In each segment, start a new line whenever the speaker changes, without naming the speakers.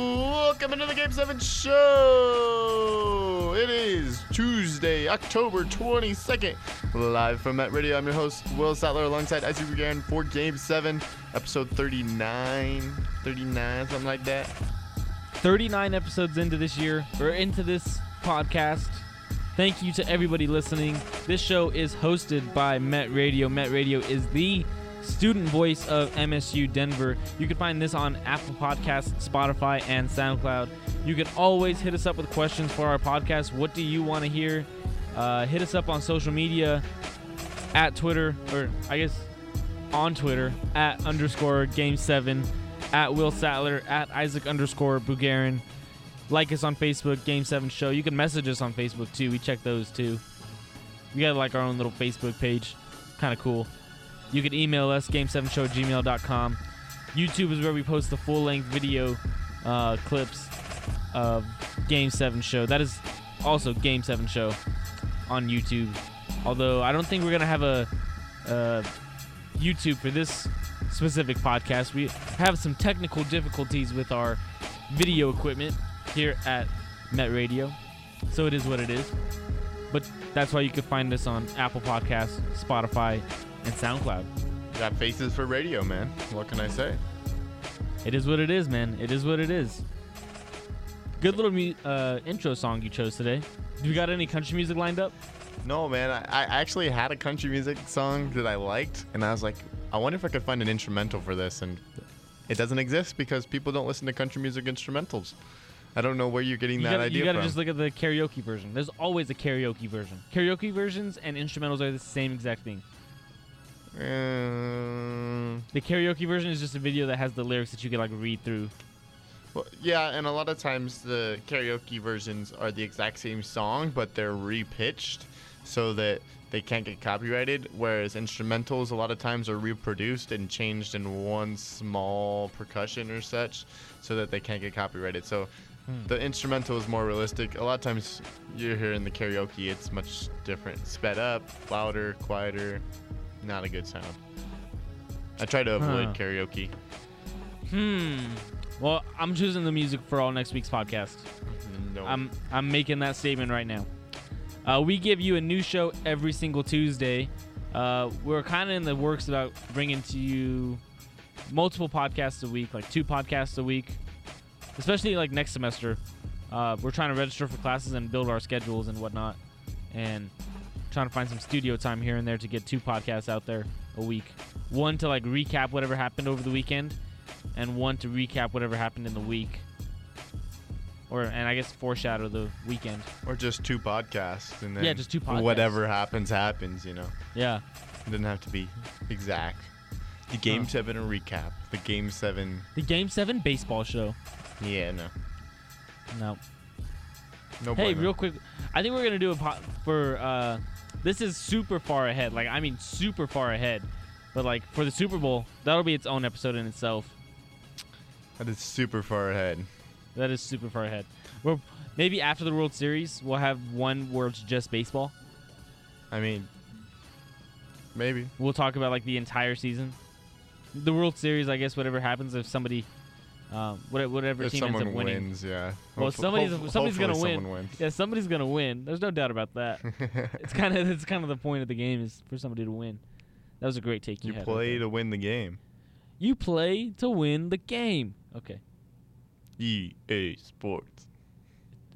Welcome into the Game 7 show. It is Tuesday, October 22nd, live from Met Radio. I'm your host, Will Sattler, alongside Isaac Regan for Game 7, episode 39, 39, something like that.
39 episodes into this year or into this podcast. Thank you to everybody listening. This show is hosted by Met Radio. Met Radio is the student voice of MSU Denver. You can find this on Apple Podcasts, Spotify, and SoundCloud. You can always hit us up with questions for our podcast. What do you want to hear? Uh, hit us up on social media at Twitter, or I guess on Twitter at underscore game seven, at Will Sattler, at Isaac underscore Bugarin. Like us on Facebook, Game Seven Show. You can message us on Facebook too. We check those too. We got like our own little Facebook page. Kind of cool. You can email us, game7show gmail.com. YouTube is where we post the full length video uh, clips of Game 7 Show. That is also Game 7 Show on YouTube. Although I don't think we're going to have a, a YouTube for this specific podcast. We have some technical difficulties with our video equipment here at Met Radio. So it is what it is. But that's why you can find us on Apple Podcasts, Spotify, and SoundCloud.
Got faces for radio, man. What can I say?
It is what it is, man. It is what it is. Good little mu- uh, intro song you chose today. Do we got any country music lined up?
No, man, I, I actually had a country music song that I liked, and I was like, I wonder if I could find an instrumental for this, and it doesn't exist because people don't listen to country music instrumentals. I don't know where you're getting
You
that
gotta,
idea
you gotta
from.
just look at the karaoke version. There's always a karaoke version. Karaoke versions and instrumentals are the same exact thing.
Um,
The karaoke version is just a video that has the lyrics that you can like read through.
well, yeah, and a lot of times the karaoke versions are the exact same song, but they're repitched so that they can't get copyrighted. Whereas instrumentals, a lot of times, are reproduced and changed in one small percussion or such, so that they can't get copyrighted. So the instrumental is more realistic. A lot of times, you're hearing the karaoke; it's much different, sped up, louder, quieter. Not a good sound. I try to avoid
Huh.
karaoke.
Hmm. Well, I'm choosing the music for all next week's podcast.
No.
I'm I'm making that statement right now. Uh, we give you a new show every single Tuesday. Uh, we're kind of in the works about bringing to you multiple podcasts a week, like two podcasts a week, especially like next semester. Uh, we're trying to register for classes and build our schedules and whatnot, and trying to find some studio time here and there to get two podcasts out there a week. One to like recap whatever happened over the weekend, and one to recap whatever happened in the week or and I guess foreshadow the weekend.
Or just two podcasts and then
Yeah, just two podcasts.
Whatever happens, happens, you know.
Yeah,
It doesn't have to be exact. The game
Huh.
seven and recap. The game seven
the Game Seven baseball show.
Yeah, no.
No.
No
Hey,
bueno.
real quick, I think we're gonna do a pot for. Uh, this is super far ahead. Like I mean, super far ahead. But like for the Super Bowl, that'll be its own episode in itself.
That is super far ahead.
That is super far ahead. We're maybe after the World Series, we'll have one where it's just baseball.
I mean maybe.
We'll talk about like the entire season. The World Series, I guess, whatever happens if somebody, uh, what- whatever
If
team ends
someone
up winning.
wins, yeah.
Well,
Hopef-
somebody's
hopef-
somebody's gonna
hopefully
win.
someone
Yeah, somebody's gonna win. There's no doubt about that.
wins.
it's kind of it's kind of the point of the game is for somebody to win. That was a great take. You,
you
had right
play
there.
to win the game.
you play to win the game. Okay,
EA E Sports.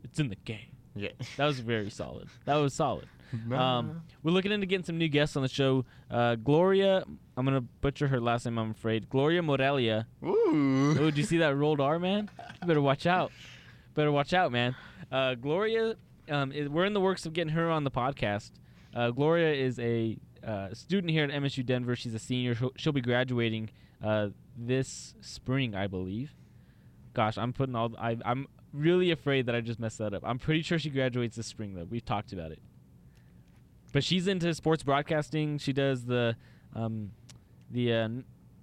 it's in the game.
Yeah.
That was very solid. That was solid.
Nah.
Um, we're looking into getting some new guests on the show. Uh, Gloria, I'm gonna butcher her last name. I'm afraid. Gloria Morelia.
Ooh.
Oh, did you see that rolled R, man? You better watch out. Better watch out, man. Uh, Gloria, um, is, we're in the works of getting her on the podcast. Uh, Gloria is a uh, student here at MSU Denver. She's a senior. She'll, she'll be graduating uh, this spring, I believe. Gosh, I'm putting all. I, I'm really afraid that I just messed that up. I'm pretty sure she graduates this spring, though. We've talked about it. But she's into sports broadcasting. She does the um, the uh,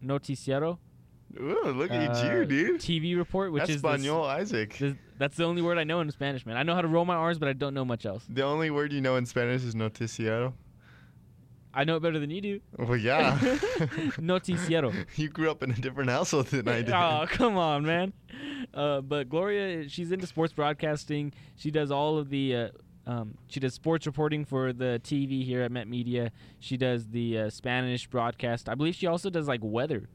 noticiero.
Ooh, look at
Uh,
you, dude.
TV report, which is this-
Espanol Isaac.
this- that's the only word I know in Spanish, man. I know how to roll my R's, but I don't know much else.
The only word you know in Spanish is noticiero.
I know it better than you do.
Well, yeah.
Noticiero. uh,
you grew up in a different household than I did.
Oh, come on, man. Uh, but Gloria, she's into sports broadcasting. She does all of the. Uh, um, she does sports reporting for the TV here at Met Media. She does the uh, Spanish broadcast. I believe she also does like weather,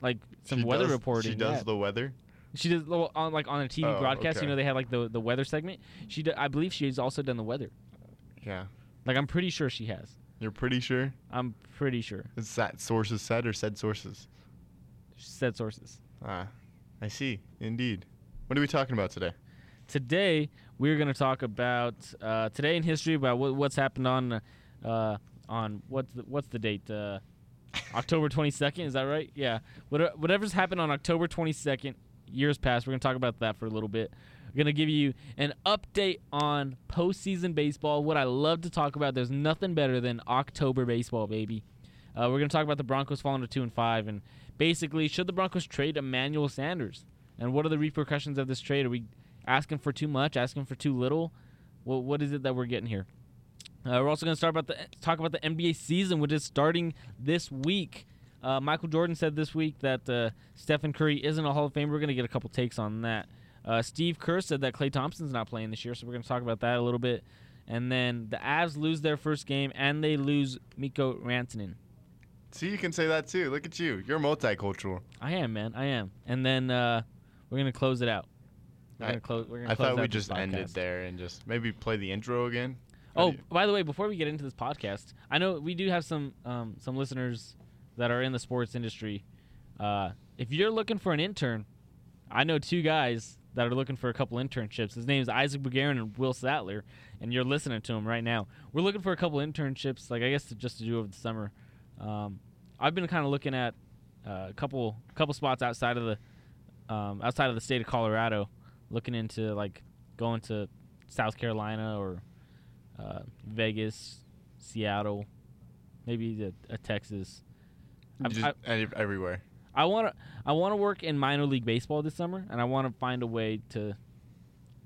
like some
She
weather
does-
reporting.
She does
yeah.
the weather.
She does well, on like on a TV
Oh,
broadcast.
okay.
You know they had like the the weather segment. She do, I believe she's also done the weather.
Yeah.
Like I'm pretty sure she has.
You're pretty sure?
I'm pretty sure.
Is that sources said or said sources?
Said sources.
Ah, I see. Indeed. What are we talking about today?
Today we're gonna talk about uh, today in history about what, what's happened on uh, on what's the, what's the date? Uh, October 22nd. Is that right? Yeah. What, whatever's happened on October 22nd, years past. We're gonna talk about that for a little bit. We're gonna give you an update on postseason baseball. What I love to talk about. There's nothing better than October baseball, baby. Uh, we're gonna talk about the Broncos falling to two and five, and basically, should the Broncos trade Emmanuel Sanders? And what are the repercussions of this trade? Are we asking for too much? Asking for too little? What what is it that we're getting here? Uh, we're also going to start about the talk about the NBA season, which is starting this week. Uh, Michael Jordan said this week that uh, Stephen Curry isn't a Hall of Famer. We're going to get a couple takes on that. Uh, Steve Kerr said that Clay Thompson's not playing this year, so we're going to talk about that a little bit. And then the Avs lose their first game, and they lose Miko Rantanen.
See, you can say that too. Look at you. You're multicultural.
I am, man. I am. And then uh, we're gonna close it out. We're
I-
gonna close. We're gonna
I
close
thought
out
we
this
just ended
podcast.
there and just maybe play the intro again.
Oh,
Or do you-
by the way, before we get into this podcast, I know we do have some um, some listeners that are in the sports industry. Uh, if you're looking for an intern, I know two guys that are looking for a couple internships. His name is Isaac Bugarin and Will Sattler, and you're listening to him right now. We're looking for a couple internships, like I guess to, just to do over the summer. Um, I've been kind of looking at uh, a couple couple spots outside of the um, outside of the state of Colorado, looking into like going to South Carolina or uh, Vegas, Seattle, maybe the, a Texas. I-
just
I-
ev- everywhere.
I want to I want to work in minor league baseball this summer, and I want to find a way to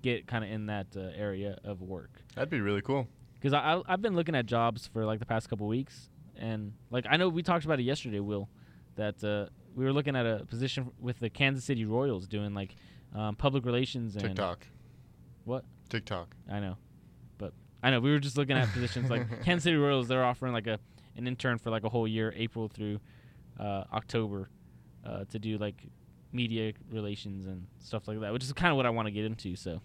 get kind of in that uh, area of work.
That'd be really cool.
Because I, I I've been looking at jobs for like the past couple weeks, and like I know we talked about it yesterday, Will, that uh, we were looking at a position with the Kansas City Royals doing like um, public relations and
TikTok.
What?
TikTok.
I know, but I know we were just looking at positions like Kansas City Royals. They're offering like a an intern for like a whole year, April through uh, October, uh, to do like media relations and stuff like that, which is kind of what I want to get into. So,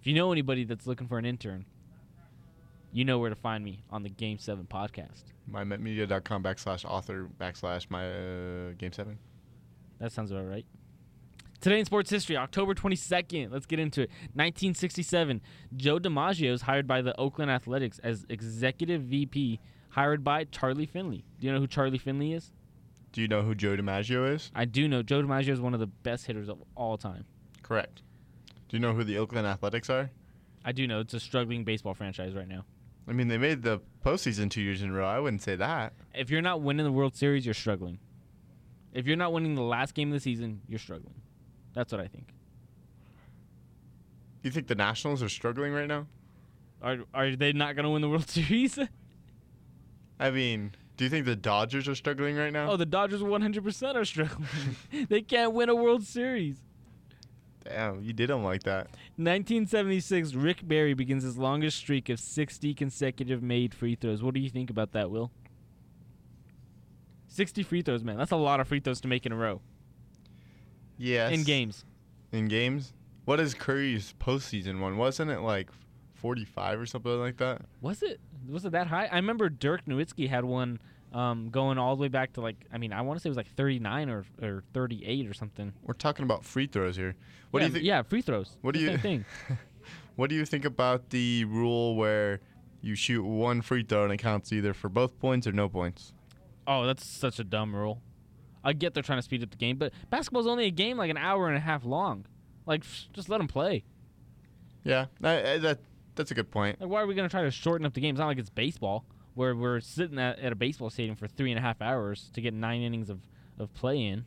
if you know anybody that's looking for an intern, you know where to find me on the Game Seven podcast.
MyMetMedia.com backslash author backslash my uh, game seven.
That sounds about right. Today in sports history, October 22nd. Let's get into it. 1967, Joe DiMaggio is hired by the Oakland Athletics as executive VP, hired by Charlie Finley. Do you know who Charlie Finley is?
Do you know who Joe DiMaggio is?
I do know Joe DiMaggio is one of the best hitters of all time.
Correct. Do you know who the Oakland Athletics are?
I do know it's a struggling baseball franchise right now.
I mean, they made the postseason two years in a row. I wouldn't say that.
If you're not winning the World Series, you're struggling. If you're not winning the last game of the season, you're struggling. That's what I think.
You think the Nationals are struggling right now?
Are are they not going to win the World Series?
I mean, do you think the Dodgers are struggling right now?
Oh, the Dodgers 100% are struggling. they can't win a World Series.
Damn, you did them like that.
1976, Rick Barry begins his longest streak of 60 consecutive made free throws. What do you think about that, Will? 60 free throws, man. That's a lot of free throws to make in a row
Yes.
in games.
In games? What is Curry's postseason one? Wasn't it like 45 or something like that?
Was it? Was it that high? I remember Dirk Nowitzki had one um, going all the way back to like, I mean, I want to say it was like 39 or, or 38 or something.
We're talking about free throws here. What
yeah,
do you think?
yeah, free throws.
What do
It's the
you
same thing?
What do you think about the rule where you shoot one free throw and it counts either for both points or no points?
Oh, that's such a dumb rule. I get they're trying to speed up the game, but basketball's only a game like an hour and a half long. Like, psh, just let them play.
Yeah, I, I, that that's a good point.
Like, why are we gonna try to shorten up the game? It's not like it's baseball where we're sitting at, at a baseball stadium for three and a half hours to get nine innings of of play in.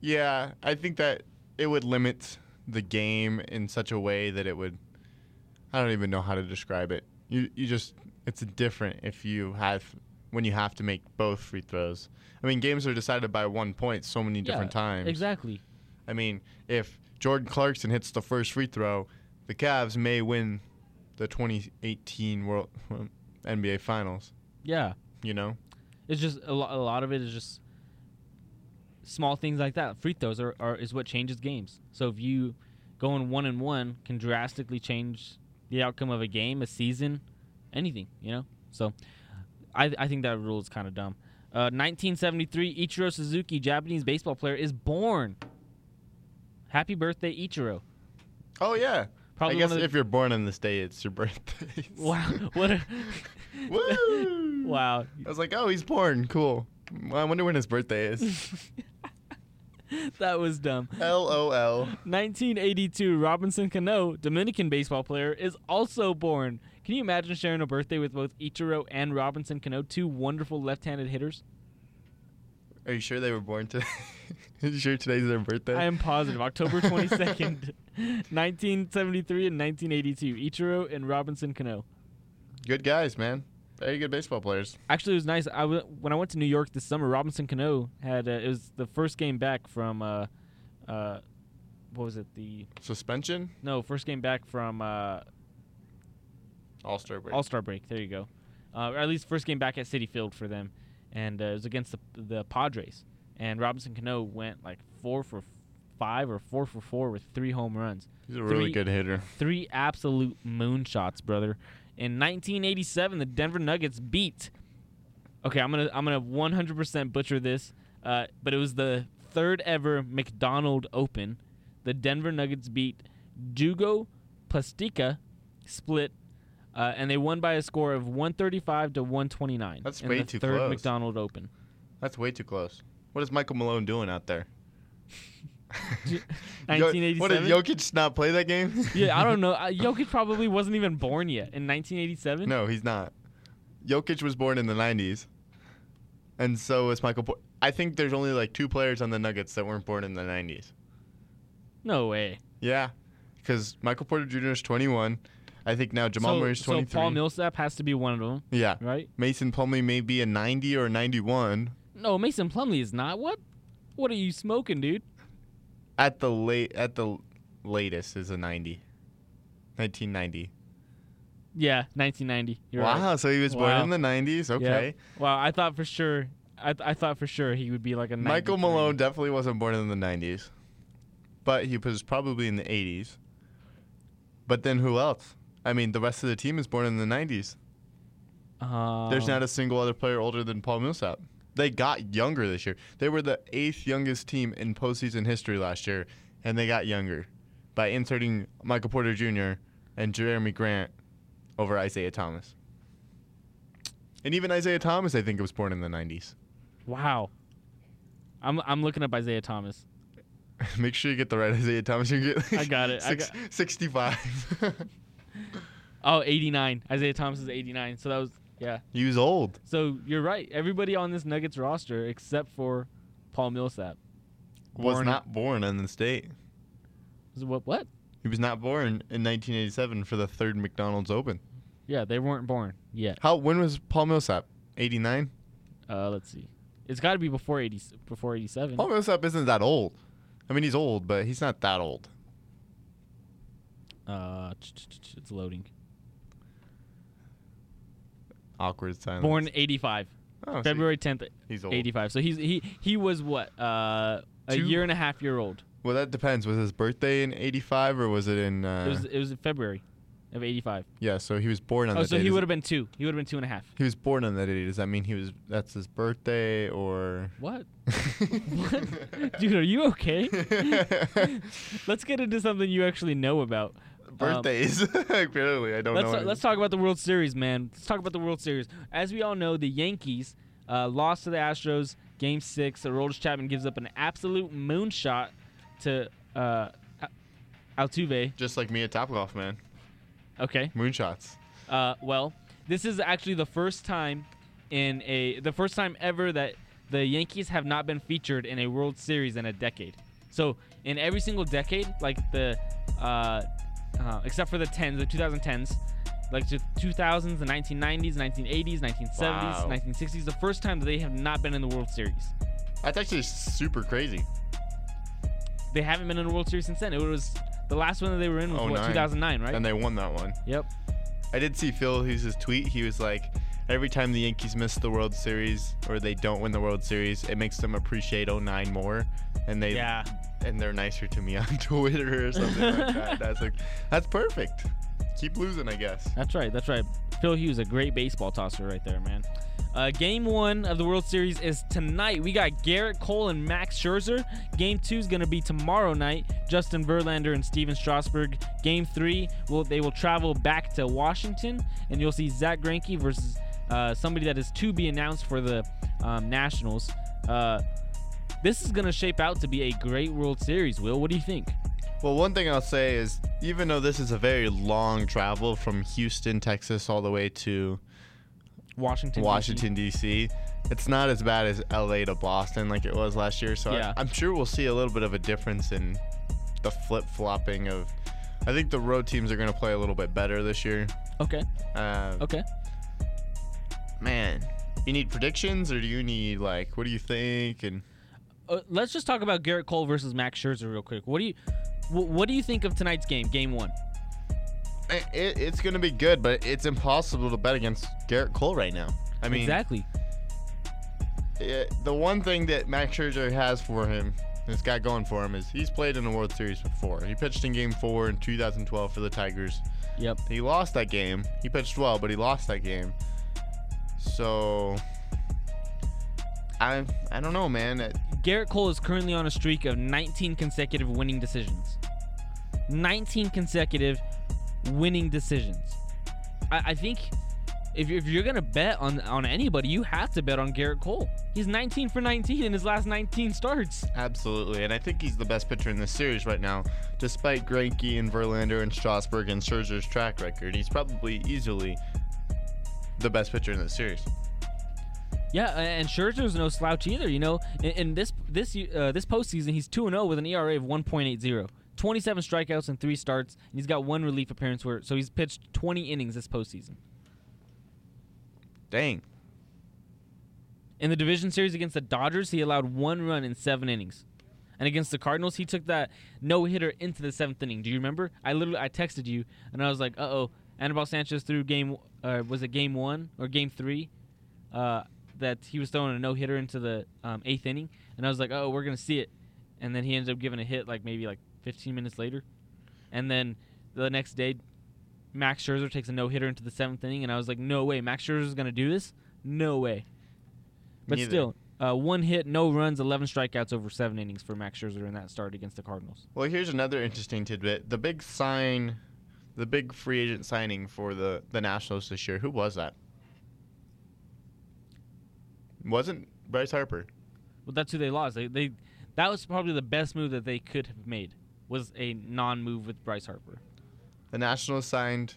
Yeah, I think that it would limit the game in such a way that it would. I don't even know how to describe it. You you just it's different if you have when you have to make both free throws. I mean, games are decided by one point so many different
Yeah,
times.
Exactly.
I mean, if Jordan Clarkson hits the first free throw, the Cavs may win the 2018 World NBA Finals.
Yeah.
You know,
It's just a, lo- a lot of it is just small things like that. Free throws are, are is what changes games. So if you going one and one can drastically change the outcome of a game, a season, anything. You know. So I I think that rule is kind of dumb. Uh, 1973, Ichiro Suzuki, Japanese baseball player, is born. Happy birthday, Ichiro!
Oh yeah.
Probably
I guess
one of the-
if you're born on this day, it's your birthday.
Wow, what a
Woo!
wow!
I was like, oh, he's born. Cool. I wonder when his birthday is.
that was dumb.
LOL.
1982, Robinson Cano, Dominican baseball player, is also born. Can you imagine sharing a birthday with both Ichiro and Robinson Cano, two wonderful left-handed hitters?
Are you sure they were born today? Are you sure today's their birthday?
I am positive. October 22nd, 1973 and 1982, Ichiro and Robinson Cano.
Good guys, man. Very good baseball players.
Actually, it was nice. I w- when I went to New York this summer, Robinson Cano had uh, it was the first game back from uh, uh, what was it? The
Suspension?
no, first game back from uh,
All star break.
All Star break. There you go. Uh, or at least first game back at City Field for them, and uh, it was against the the Padres. And Robinson Cano went like four for five or four for four with three home runs,
He's a
three-
really good hitter.
three absolute moonshots, brother. In 1987, the Denver Nuggets beat. Okay, I'm gonna I'm gonna 100% butcher this, uh, but it was the third ever McDonald Open. The Denver Nuggets beat Jugo Plastica split, uh, and they won by a score of 135 to 129.
That's
in
way
the
too
third
close.
McDonald Open.
That's way too close. What is Michael Malone doing out there?
Ju-
Yo- What did
1987?
Jokic not play that game?
yeah, I don't know. Uh, Jokic probably wasn't even born yet in 1987.
No, he's not. Jokic was born in the 90s. And so was Michael. Por- I think there's only like two players on the Nuggets that weren't born in the 90s.
no way.
Yeah, because Michael Porter Jr. is 21. I think now Jamal
so,
Murray's 23.
So Paul Millsap has to be one of them,
yeah.
right?
Mason Plumlee may be a 90 or 91
No, Mason Plumley is not. What? What are you smoking, dude?
at the late at the latest is a 90. 1990.
Yeah, 1990. You're
wow,
Right.
so he was
Wow.
born in the 90s. Okay.
Wow. I thought for sure. I, th- I thought for sure he would be like a
Michael
93.
Malone definitely wasn't born in the 90s, but he was probably in the 80s. But then who else? I mean, the rest of the team is born in the 90s.
Um,
There's not a single other player older than Paul Millsap. They got younger this year. They were the eighth youngest team in postseason history last year, and they got younger by inserting Michael Porter Jr. and Jeremy Grant over Isaiah Thomas. And even Isaiah Thomas, I think, was born in the 90s.
wow. I'm I'm looking up Isaiah Thomas.
Make sure you get the right Isaiah Thomas. You get
I got it. I
six- 65.
Oh, 89. Isaiah Thomas is 89. So that was yeah.
he was old.
So you're right. Everybody on this Nuggets roster except for Paul Millsap.
Was
Born-
not born in the state.
Was it What? What?
He was not born in 1987 for the third McDonald's Open.
Yeah, they weren't born yet.
How? When was Paul Millsap? 89.
Uh, let's see. It's got to be before eighty before eighty seven.
Paul Millsap isn't that old. I mean, he's old, but he's not that old.
Uh, ch- ch- ch- ch- it's loading.
Awkward silence.
Born eighty five,
oh, see,
February tenth,
He's old.
eighty five. So he's he he was what uh a
Two-
year and a half year old.
Well, that depends. Was his birthday in 85 or was it in? Uh,
It was it was in February of eighty five.
yeah, so he was born on.
Oh,
that
so
day.
he
Does-
would have been two. He would have been two and a half.
He was born on that day. Does that mean he was? That's his birthday or?
What? what? Dude, are you okay? Um, let's get into something you actually know about.
Birthdays. Clearly, I don't
Let's uh,
know.
let's talk about the World Series, man. Let's talk about the World Series. As we all know, the Yankees uh, lost to the Astros Game Six. Aroldis Chapman gives up an absolute moonshot to uh, Al- Altuve.
Just like me at Topgolf, man.
Okay.
Moonshots.
Uh, well, this is actually the first time in a the first time ever that the Yankees have not been featured in a World Series in a decade. So in every single decade, like the uh, uh, except for the tens, the 2010s, like the 2000s, the 1990s, 1980s, 1970s,
Wow.
1960s. The first time that they have not been in the World Series.
That's actually super crazy.
They haven't been in the World Series since then. It was the last one that they were in was what
09.
2009, right?
Oh, And they won that one.
yep.
I did see Phil Hughes' tweet. He was like, every time the Yankees miss the World Series or they don't win the World Series, it makes them appreciate 09 more. And they
Yeah.
and they're nicer to me on Twitter or something like that. That's like that's perfect. Keep losing, I guess.
That's right. That's right. Phil Hughes, a great baseball tosser right there, man. Uh, game one of the World Series is tonight. We got Garrett Cole and Max Scherzer. Game two is going to be tomorrow night. Justin Verlander and Steven Strasburg. Game three, will they will travel back to Washington, and you'll see Zach Greinke versus uh, somebody that is to be announced for the um, Nationals. Uh, this is going to shape out to be a great World Series. Will, what do you think?
Well, one thing I'll say is even though this is a very long travel from Houston, Texas, all the way to
Washington. D.C.
Washington D.C. It's not as bad as L.A. to Boston like it was last year, so I-
Yeah.
I'm sure we'll see a little bit of a difference in the flip flopping of. I think the road teams are going to play a little bit better this year.
Okay.
Um,
Okay.
Man, you need predictions or do you need like what do you think? And
uh, let's just talk about Garrett Cole versus Max Scherzer real quick. What do you wh- what do you think of tonight's game, game 1?
i- eh, it, it's going to be good, but it's impossible to bet against Garrett Cole right now. I mean,
exactly.
it- the one thing that Max Scherzer has for him, that's got going for him, is he's played in the World Series before. He pitched in Game Four in 2012 for the Tigers.
Yep.
He lost that game. He pitched well, but he lost that game. So I I don't know, man. It-
Garrett Cole is currently on a streak of 19 consecutive winning decisions. 19 consecutive winning decisions. I, I think if, you're- if you're gonna bet on on anybody, you have to bet on Garrett Cole. He's 19 for 19 in his last 19 starts.
Absolutely, and I think he's the best pitcher in this series right now, despite Greinke and Verlander and Strasburg and Scherzer's track record. He's probably easily the best pitcher in this series.
Yeah, a- and Scherzer's no slouch either. You know, in, in this this y- uh, this postseason, he's two and zero with an ERA of one point eight zero. 27 strikeouts and three starts, and he's got one relief appearance where so he's pitched 20 innings this postseason.
Dang.
In the division series against the Dodgers, he allowed one run in seven innings, and against the Cardinals, he took that no hitter into the seventh inning. Do you remember? I literally I texted you and I was like, uh oh, Anibal Sanchez threw game uh, was it game one or game three, uh, that he was throwing a no hitter into the um, eighth inning, and I was like, oh, we're gonna see it, and then he ended up giving a hit like maybe like 15 minutes later, and then the next day, Max Scherzer takes a no hitter into the seventh inning, and I was like, no way, Max Scherzer's gonna do this, no way. But
Neither.
still, uh, one hit, no runs, 11 strikeouts over seven innings for Max Scherzer in that start against the Cardinals.
Well, here's another interesting tidbit. The big sign, the big free agent signing for the the Nationals this year. Who was that? Wasn't Bryce Harper?
Well, that's who they lost. They, they that was probably the best move that they could have made was a non-move with Bryce Harper.
The Nationals signed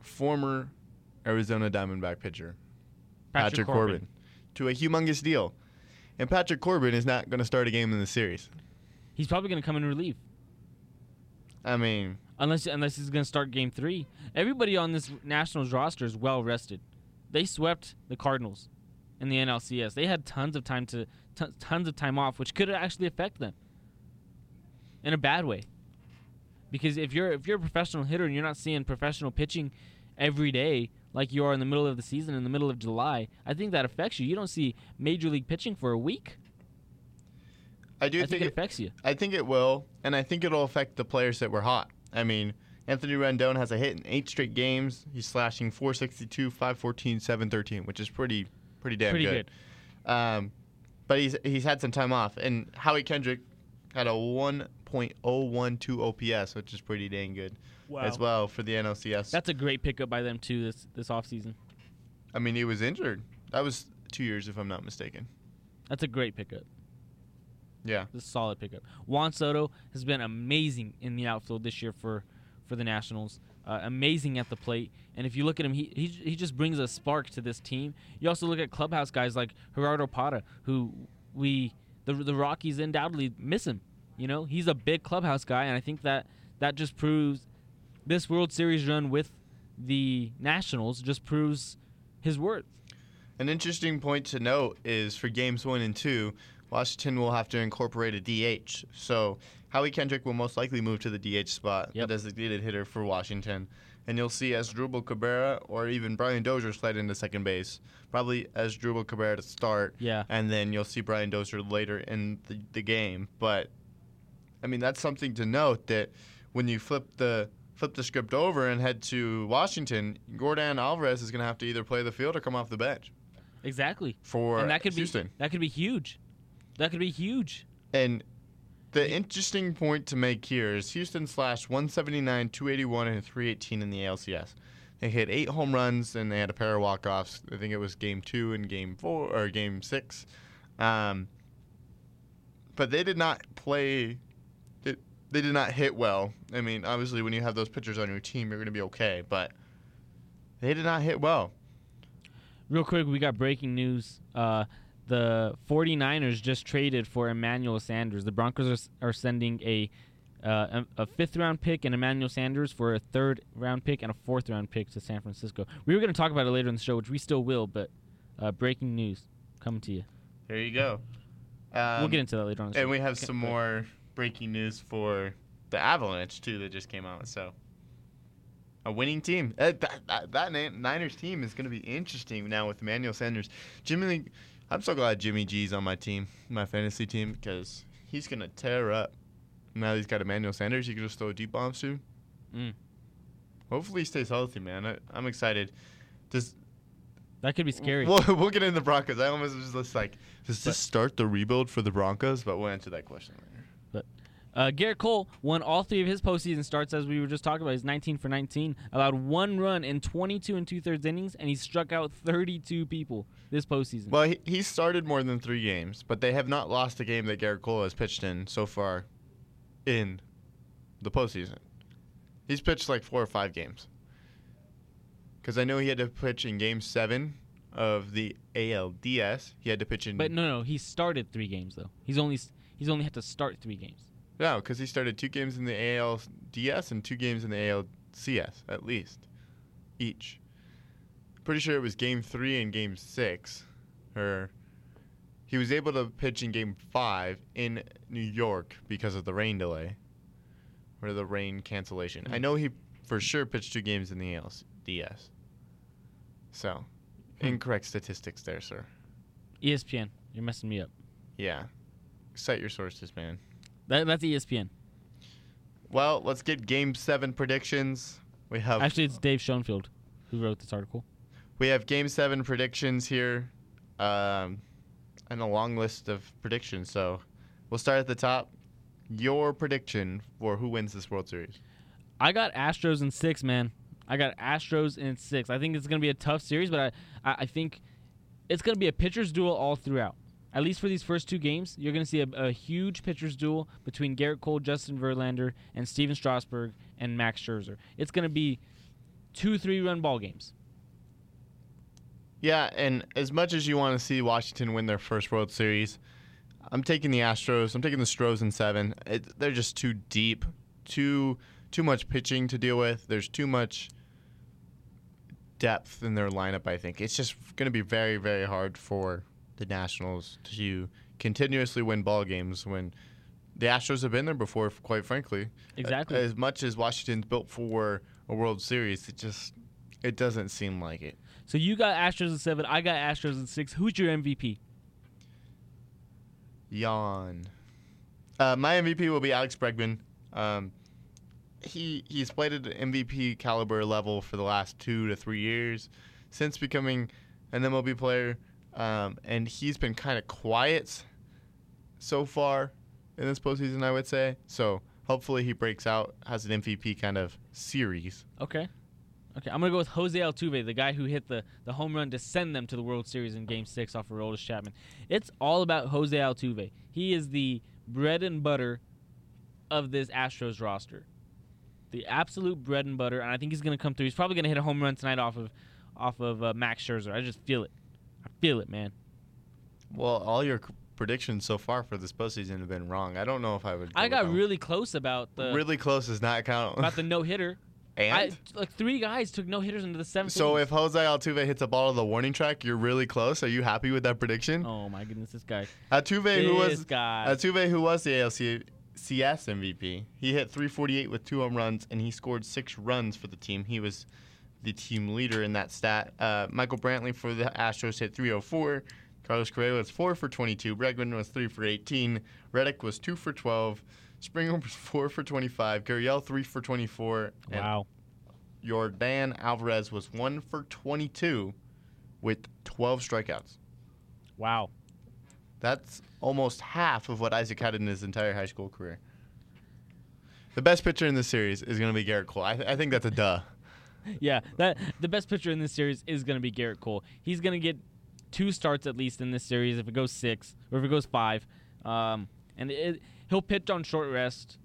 former Arizona Diamondback pitcher Patrick, Corbin. to a humongous deal. And Patrick Corbin is not going to start a game in the series.
He's probably going to come in relief
I mean,
unless unless he's going to start Game Three. Everybody on this Nationals roster is well rested. They swept the Cardinals in the NLCS. They had tons of time to ton tons of time off, which could actually affect them in a bad way. Because if you're if you're a professional hitter and you're not seeing professional pitching every day like you are in the middle of the season in the middle of July, I think that affects you. You don't see major league pitching for a week.
I do
I think
think
it
it,
affects you.
I think it will, and I think it'll affect the players that were hot. I mean, Anthony Rendon has a hit in eight straight games. He's slashing 462, 514, 713, which is pretty pretty damn
Pretty
good. Um, but he's he's had some time off, and Howie Kendrick had a 1.012 OPS, which is pretty dang good as well for the NLCS.
That's a great pickup by them too this this offseason.
I mean, he was injured. That was two years, if I'm not mistaken.
That's a great pickup.
Yeah.
This is a solid pickup. Juan Soto has been amazing in the outfield this year for for the Nationals. Uh, amazing at the plate, and if you look at him, he, he he just brings a spark to this team. You also look at clubhouse guys like Gerardo Parra, who we the the Rockies undoubtedly miss him. You know, he's a big clubhouse guy, and I think that that just proves this World Series run with the Nationals just proves his worth.
An interesting point to note is for games one and two, Washington will have to incorporate a DH. So Howie Kendrick will most likely move to the DH spot,
Yep.
the designated hitter for Washington. And you'll see Asdrubal Cabrera or even Brian Dozier slide into second base. Probably Asdrubal Cabrera to start,
Yeah.
and then you'll see Brian Dozier later in the, the game. But I mean, that's something to note that when you flip the flip the script over and head to Washington, Jordan Alvarez is going to have to either play the field or come off the bench
Exactly.
for
and that could
Houston.
be that could be huge. That could be huge.
And the interesting point to make here is Houston slashed 179, 281, and 318 in the ALCS. They hit eight home runs and they had a pair of walk offs. I think it was game two and game four or game six. Um, but they did not play. It, they did not hit well. I mean, obviously, when you have those pitchers on your team, you're going to be okay. But they did not hit well.
Real quick, we got breaking news. Uh, the 49ers just traded for Emmanuel Sanders. The Broncos are, s- are sending a, uh, a a fifth round pick and Emmanuel Sanders for a third round pick and a fourth round pick to San Francisco. We were going to talk about it later in the show, which we still will, but uh, breaking news coming to you.
There you go. Um,
we'll get into that later on. in the show.
And we have
Okay,
some
go ahead.
more breaking news for the Avalanche too that just came out. So a winning team. Uh, that that, that Na- Niners team is going to be interesting now with Emmanuel Sanders. Jimmy, Lee- I'm so glad Jimmy G's on my team, my fantasy team, because he's going to tear up. Now he's got Emmanuel Sanders. He can just throw deep bombs to.
Mm.
Hopefully he stays healthy, man. I, I'm excited. Does
That could be scary.
We'll, we'll get into the Broncos. I almost was just like, does this start the rebuild for the Broncos? But we'll answer that question later.
Uh, Garrett Cole won all three of his postseason starts, as we were just talking about. He's 19 for 19, allowed one run in 22 and two thirds innings, and he struck out 32 people this postseason.
Well, he, he started more than three games, but they have not lost a game that Garrett Cole has pitched in so far in the postseason. He's pitched like four or five games. Because I know he had to pitch in game seven of the ALDS. He had to pitch in.
but no, no, he started three games though. He's only s- he's only had to start three games.
No, because he started two games in the ALDS and two games in the ALCS, at least, each. Pretty sure it was game three and game six. Or he was able to pitch in game five in New York because of the rain delay or the rain cancellation. I know he for sure pitched two games in the ALDS. So,
Hmm.
incorrect statistics there, sir.
ESPN, you're messing me up.
Yeah. Cite your sources, man.
That, that's E ESPN.
Well, let's get game seven predictions. We have
Actually, it's Dave Schoenfield who wrote this article.
we have game seven predictions here, um, and a long list of predictions. So we'll start at the top. Your prediction for who wins this World Series?
I got Astros in six, man. I got Astros in six. I think it's gonna be a tough series, but I, I, I think it's gonna be a pitcher's duel all throughout. At least for these first two games, you're gonna see a, a huge pitcher's duel between Garrett Cole, Justin Verlander, and Steven Strasburg and Max Scherzer. It's gonna be two, three run ball games.
Yeah, and as much as you want to see Washington win their first World Series, I'm taking the Astros. I'm taking the Stros in seven. It, they're just too deep, too too much pitching to deal with. There's too much depth in their lineup. I think it's just going to be very very hard for the Nationals to continuously win ball games when the Astros have been there before. Quite frankly,
Exactly.
As much as Washington's built for a World Series, it just it doesn't seem like it.
so you got Astros in seven. I got Astros in six. Who's your MVP?
Yawn. Uh, my MVP will be Alex Bregman. Um, he he's played at an MVP caliber level for the last two to three years since becoming an MLB player, um, and he's been kind of quiet so far in this postseason. I would say so. Hopefully he breaks out, has an MVP kind of series.
Okay. Okay, I'm gonna go with Jose Altuve, the guy who hit the, the home run to send them to the World Series in Game Six off of Aroldis Chapman. It's all about Jose Altuve. He is the bread and butter of this Astros roster, the absolute bread and butter, and I think he's gonna come through. He's probably gonna hit a home run tonight off of off of uh, Max Scherzer. I just feel it. I feel it, man.
Well, all your c- predictions so far for this postseason have been wrong. I don't know if I would. go
I
with
got
that one.
really close about the
really close. Does not count.
about the no hitter.
And
I, like three guys took no hitters into the seventh.
so
inning.
if Jose Altuve hits a ball to the warning track, you're really close. Are you happy with that prediction?
oh my goodness, this guy,
Altuve, who
this
was
guy,
Altuve, who was the ALCS MVP, he hit 348 with two home runs and he scored six runs for the team. He was the team leader in that stat. Uh, Michael Brantley for the Astros hit 304. Carlos Correa was 4 for 22. Bregman was 3 for 18. Reddick was 2 for 12. Springer was 4 for 25. Gurriel 3 for 24. And
wow,
Jordan Alvarez was 1 for 22 with 12 strikeouts.
wow.
That's almost half of what Isaac had in his entire high school career. The best pitcher in this series is going to be Garrett Cole. I, th- I think that's a duh.
Yeah, that the best pitcher in this series is going to be Garrett Cole. He's going to get two starts at least in this series if it goes six or if it goes five, um, and it, he'll pitch on short rest.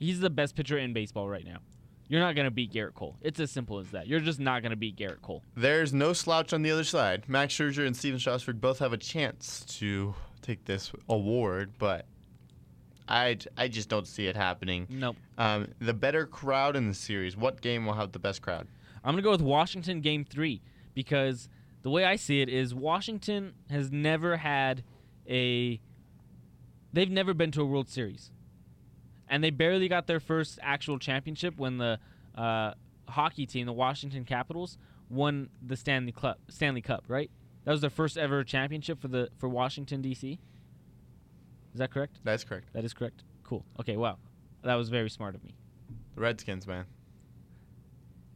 He's the best pitcher in baseball right now. You're not going to beat Garrett Cole. It's as simple as that. You're just not going to beat Garrett Cole.
There's no slouch on the other side. Max Scherzer and Steven Strasburg both have a chance to take this award, but I, j- I just don't see it happening.
Nope.
Um, the better crowd in the series, what game will have the best crowd?
I'm going to go with Washington game three because the way I see it is Washington has never had a. They've never been to a World Series. And they barely got their first actual championship when the uh, hockey team, the Washington Capitals, won the Stanley Cup. Stanley Cup, right? That was their first ever championship for the for Washington D.C. Is that correct?
That's correct.
That is correct. Cool. Okay. Wow, that was very smart of me.
The Redskins, man.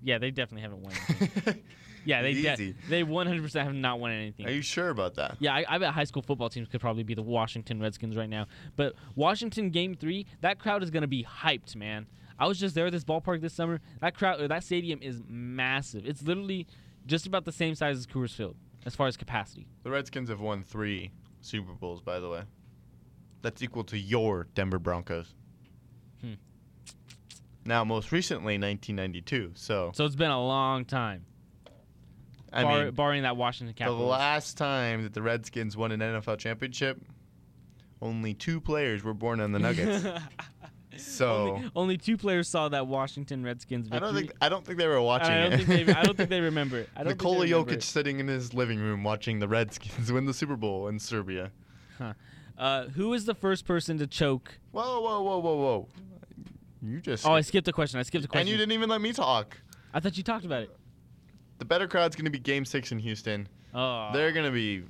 Yeah, they definitely haven't won. Yeah, they de-
Easy.
they 100% have not won anything.
Are you sure about that?
yeah, I, I bet high school football teams could probably be the Washington Redskins right now. But Washington game three, that crowd is gonna be hyped, man. I was just there at this ballpark this summer. That crowd, or that stadium is massive. It's literally just about the same size as Coors Field as far as capacity.
The Redskins have won three Super Bowls, by the way. That's equal to your Denver Broncos.
Hmm.
Now, most recently, 1992. So,
So it's been a long time,
I
bar-
mean,
barring that Washington
the
Capitals.
last time that the Redskins won an NFL championship, only two players were born on the Nuggets. so,
only, only two players saw that Washington Redskins
I
victory.
don't think I don't think they were watching.
I don't
it.
think they. I don't think they remember it. I don't think they
Nikola
remember
Jokic
it.
sitting in his living room watching the Redskins win the Super Bowl in Serbia.
Uh, who is the first person to choke?
Whoa, whoa, whoa, whoa, whoa! You just
Oh, I skipped a question. I skipped a
and
question.
you didn't even let me talk.
I thought you talked about it.
The better crowd's going to be Game Six in Houston.
Oh,
They're going to be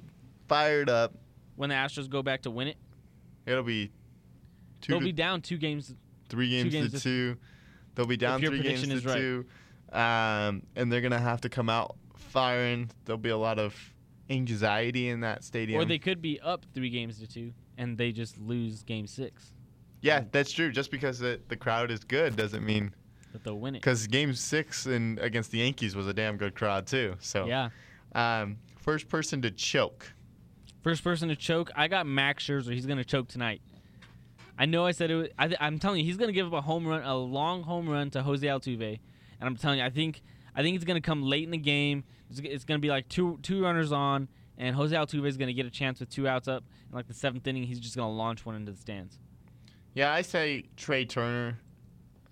fired up.
when the Astros go back to win it,
It'll be 2
they'll
to
be down two games.
three games,
games
to
this-
two. They'll be down
your
three games
prediction
to
is right.
two, um, and they're going to have to come out firing. There'll be a lot of anxiety in that stadium.
Or they could be up three games to two, and they just lose game six,
yeah, that's true. Just because the, the crowd is good doesn't mean
but they'll win it.
because Game Six in against the Yankees was a damn good crowd too. So
Yeah.
um, first person to choke.
First person to choke, I got Max Scherzer. He's gonna choke tonight. I know I said it. Was, I th- I'm telling you, he's gonna give up a home run, a long home run to Jose Altuve, and I'm telling you, I think, I think it's gonna come late in the game. It's, it's gonna be like two two runners on, and Jose Altuve is gonna get a chance with two outs up, and like the seventh inning, he's just gonna launch one into the stands.
Yeah, I say Trey Turner.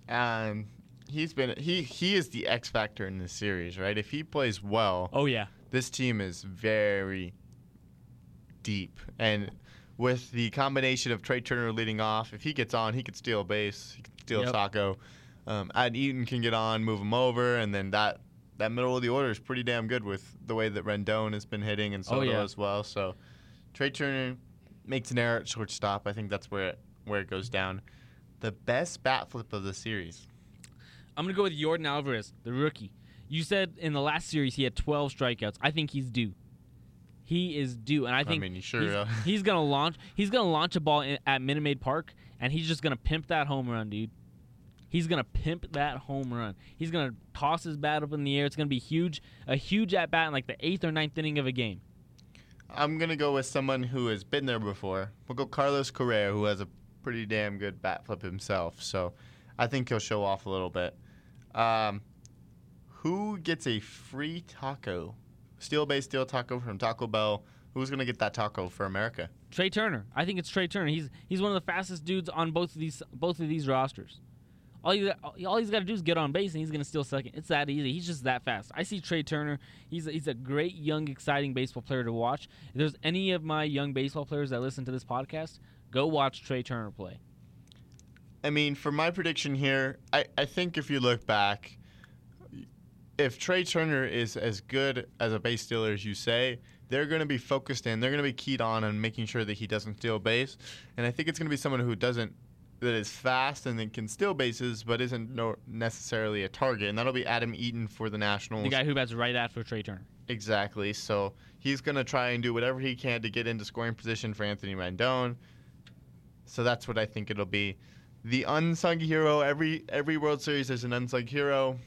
Um, he's been he he is the X factor in this series, right? If he plays well,
Oh yeah,
this team is very deep, and with the combination of Trey Turner leading off, if he gets on, he could steal a base, he could steal
Yep.
a taco. Um, Ad Eaton can get on, move him over, and then that that middle of the order is pretty damn good with the way that Rendon has been hitting and Soto
Oh, yeah.
as well. So Trey Turner makes an error at shortstop. I think that's where it, where it goes down. The best bat flip of the series.
I'm gonna go with Jordan Alvarez, the rookie. You said in the last series he had 12 strikeouts. I think he's due. He is due, and I
I,
think
mean, you sure?
he's,
uh,
he's gonna launch. He's gonna launch a ball in, at Minute Maid Park, and he's just gonna pimp that home run, dude. He's gonna pimp that home run. He's gonna toss his bat up in the air. It's gonna be huge, a huge at bat in like the eighth or ninth inning of a game.
I'm gonna go with someone who has been there before. We'll go Carlos Correa, who has a pretty damn good bat flip himself. So I think he'll show off a little bit. Um, who gets a free taco? Steel Bay Steel Taco from Taco Bell. Who's gonna get that taco for America?
Trey Turner. I think it's Trey Turner. He's he's one of the fastest dudes on both of these both of these rosters. All he all he's got to do is get on base, and he's gonna steal second. It's that easy. He's just that fast. I see Trey Turner. He's a, he's a great young, exciting baseball player to watch. If there's any of my young baseball players that listen to this podcast, go watch Trey Turner play.
I mean, for my prediction here, I, I think if you look back, if Trey Turner is as good as a base stealer as you say, they're going to be focused in, they're going to be keyed on and making sure that he doesn't steal base. And I think it's going to be someone who doesn't, that is fast and then can steal bases, but isn't no, necessarily a target. And that'll be Adam Eaton for the Nationals.
The guy who bats right after Trey Turner.
Exactly. So he's going to try and do whatever he can to get into scoring position for Anthony Rendon. So that's what I think it'll be. The unsung hero. Every every World Series, there's an unsung hero.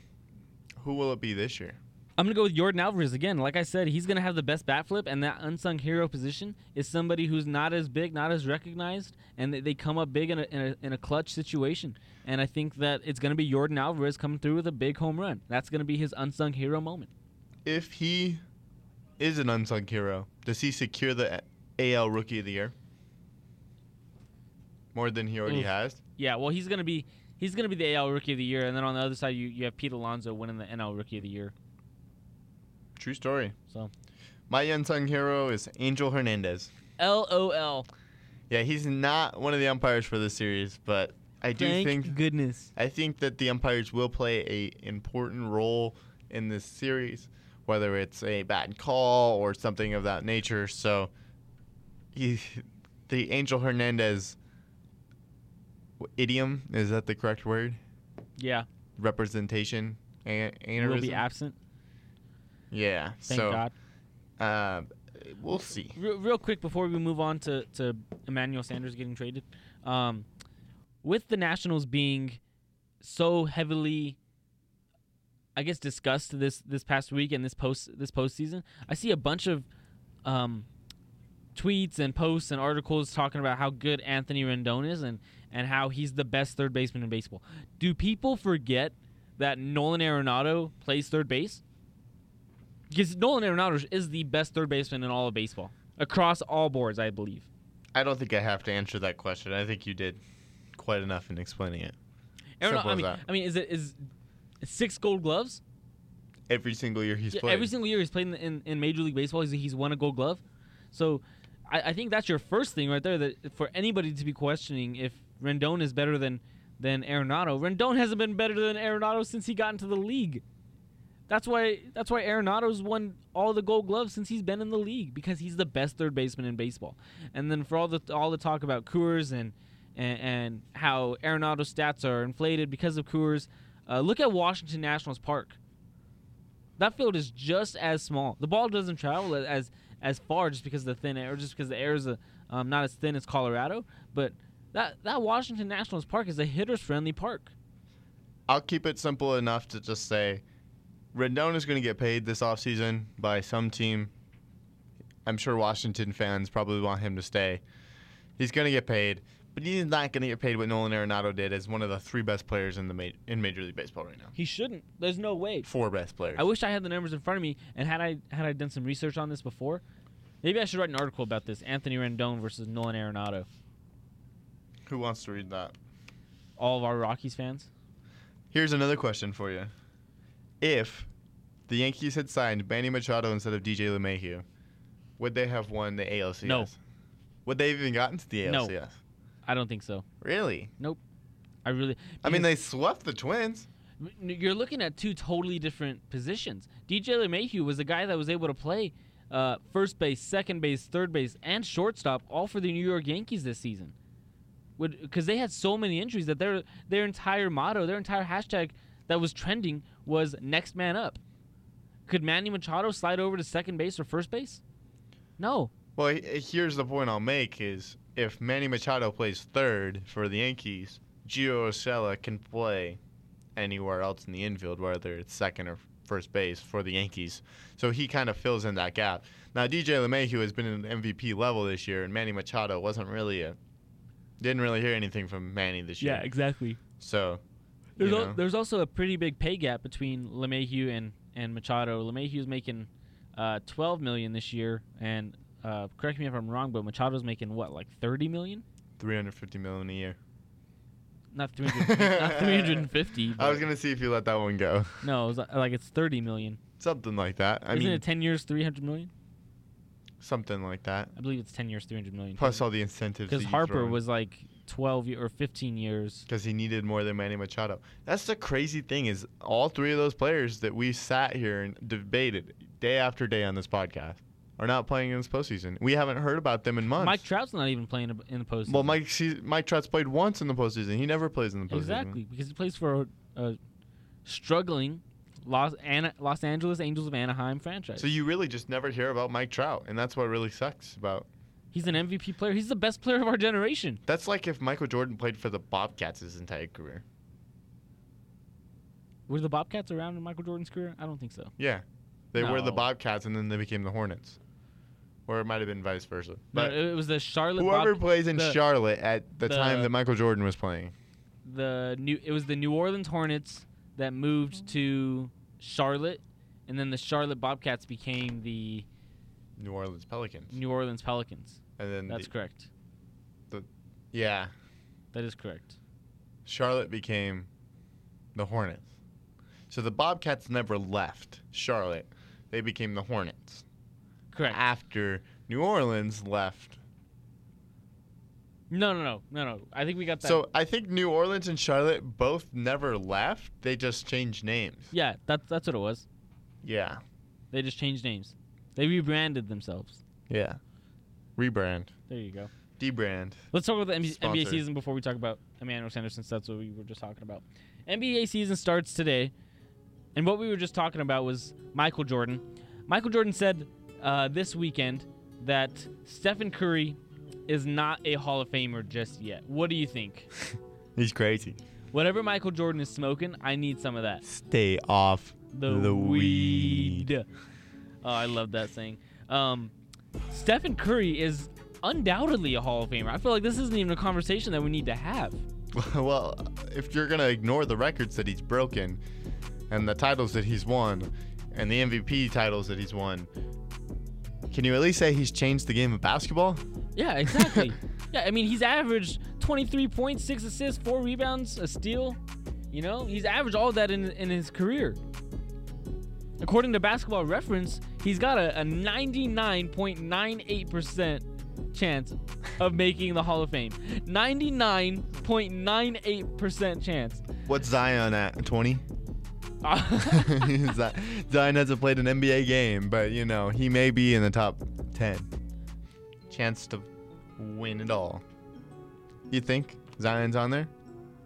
Who will it be this year?
I'm gonna go with Jordan Alvarez again. Like I said, he's gonna have the best bat flip, and that unsung hero position is somebody who's not as big, not as recognized, and they, they come up big in a, in a in a clutch situation. And I think that it's gonna be Jordan Alvarez coming through with a big home run. That's gonna be his unsung hero moment.
If he is an unsung hero, does he secure the AL Rookie of the Year? More than he already
Oof.
has.
Yeah, well, he's gonna be he's gonna be the AL Rookie of the Year, and then on the other side, you, you have Pete Alonso winning the NL Rookie of the Year.
True story.
So
My unsung hero is Angel Hernandez.
LOL.
Yeah, he's not one of the umpires for this series, but I do
Thank
think
goodness.
I think that the umpires will play a important role in this series, whether it's a bad call or something of that nature. So, he, the Angel Hernandez idiom is that the correct word?
Yeah,
Representation. An-
will be
aneurysm?
absent.
Yeah.
Thank
so,
God.
Uh, we'll see.
Real, real quick before we move on to, to Emmanuel Sanders getting traded, um, with the Nationals being so heavily, I guess, discussed this this past week and this post this postseason, I see a bunch of um, tweets and posts and articles talking about how good Anthony Rendon is and and how he's the best third baseman in baseball. Do people forget that Nolan Arenado plays third base? Because Nolan Arenado is the best third baseman in all of baseball across all boards, I believe.
I don't think I have to answer that question. I think you did quite enough in explaining it.
Arenado,
Simple
I
as
mean,
that.
I mean, is it is six Gold Gloves?
Every single year he's
Yeah,
played.
Every single year he's playing in, in Major League Baseball. He's, he's won a Gold Glove, so I, I think that's your first thing right there. That for anybody to be questioning if Rendon is better than than Arenado, Rendon hasn't been better than Arenado since he got into the league. That's why that's why Arenado's won all the Gold Gloves since he's been in the league because he's the best third baseman in baseball. And then for all the all the talk about Coors and and, and how Arenado's stats are inflated because of Coors, uh, look at Washington Nationals Park. That field is just as small. The ball doesn't travel a- as as far just because of the thin air, or just because the air is uh um, not as thin as Colorado. But that that Washington Nationals Park is a hitters friendly park.
I'll keep it simple enough to just say Rendon is going to get paid this offseason by some team. I'm sure Washington fans probably want him to stay. He's going to get paid, but he's not going to get paid what Nolan Arenado did as one of the three best players in the ma- in Major League Baseball right now.
He shouldn't. There's no way.
Four best players.
I wish I had the numbers in front of me, and had I had I done some research on this before, maybe I should write an article about this: Anthony Rendon versus Nolan Arenado.
Who wants to read that?
All of our Rockies fans.
Here's another question for you. If the Yankees had signed Manny Machado instead of DJ LeMahieu, would they have won the ALCS?
No.
Would they have even gotten to the
No.
ALCS?
I don't think so.
Really?
I really.
I mean,
because-
they swept the Twins.
You're looking at two totally different positions. DJ LeMahieu was a guy that was able to play uh, first base, second base, third base, and shortstop, all for the New York Yankees this season. Because they had so many injuries that their their entire motto, their entire hashtag that was trending was "Next Man Up." Could Manny Machado slide over to second base or first base? No.
Well, he- here's the point I'll make is if Manny Machado plays third for the Yankees, Gio Urshela can play anywhere else in the infield, whether it's second or first base for the Yankees. So he kind of fills in that gap. Now, DJ LeMahieu has been an MVP level this year, and Manny Machado wasn't really a didn't really hear anything from Manny this year.
exactly.
So you
There's, al-
know.
there's also a pretty big pay gap between LeMahieu and, and Machado. LeMahieu's making uh, 12 million this year, and uh, correct me if I'm wrong, but Machado's making what, like 30 million?
350 million a year.
not 300, not 350.
I was
but-
gonna see if you let that one go.
No, it was li- like it's 30 million.
Something like that. I
Isn't
mean,
it 10 years 300 million?
something like that.
I believe it's 10 years 300 million.
Plus all the incentives.
because Harper was like 12 ye- or 15 years.
because he needed more than Manny Machado. That's the crazy thing is all three of those players that we sat here and debated day after day on this podcast are not playing in this postseason. We haven't heard about them in months.
Mike Trout's not even playing ab- in the postseason.
well, Mike se- Mike Trout's played once in the postseason. He never plays in the postseason.
exactly because he plays for a, a struggling Los Ana- Los Angeles Angels of Anaheim franchise.
So you really just never hear about Mike Trout, and that's what really sucks about.
He's an MVP player. He's the best player of our generation.
That's like if Michael Jordan played for the Bobcats his entire career.
Were the Bobcats around in Michael Jordan's career? I don't think so.
Yeah, they were the
No.
Bobcats, and then they became the Hornets, or it might have been vice versa.
No,
But
it was the Charlotte
whoever
Bob-
plays in
the-
Charlotte at the, time
the-
that Michael Jordan was playing.
the new it was the New Orleans Hornets that moved to Charlotte and then the Charlotte Bobcats became the
New Orleans Pelicans.
New Orleans Pelicans.
And then
That's
the-
correct.
yeah,
That is correct.
Charlotte became the Hornets. So the Bobcats never left Charlotte. They became the Hornets
Correct.
after New Orleans left.
No, no, no. No, no. I think we got that.
So I think New Orleans and Charlotte both never left. They just changed names.
yeah, that's that's what it was.
Yeah.
They just changed names. They rebranded themselves.
Yeah. Rebrand.
There you go.
Debrand.
Let's talk about the NBA, NBA
Sponsor.
season before we talk about Emmanuel Sanders, since that's what we were just talking about. NBA season starts today, and what we were just talking about was Michael Jordan. Michael Jordan said uh, this weekend that Stephen Curry is not a Hall of Famer just yet. What do you think?
He's crazy.
Whatever Michael Jordan is smoking, I need some of that.
Stay off
The,
The weed.
Oh, I love that saying. Um, Stephen Curry is undoubtedly a Hall of Famer. I feel like this isn't even a conversation that we need to have.
well, if you're going to ignore the records that he's broken and the titles that he's won and the MVP titles that he's won, can you at least say he's changed the game of basketball?
Yeah, exactly. yeah, I mean, he's averaged 23 points, six assists, four rebounds, a steal. You know, he's averaged all that in, in his career. According to basketball reference, he's got a, a 99.98% chance of making the Hall of Fame. 99.98% chance.
What's Zion at? 20? Zion hasn't played an NBA game, but you know, he may be in the top 10. Chance to win it all. You think Zion's on there?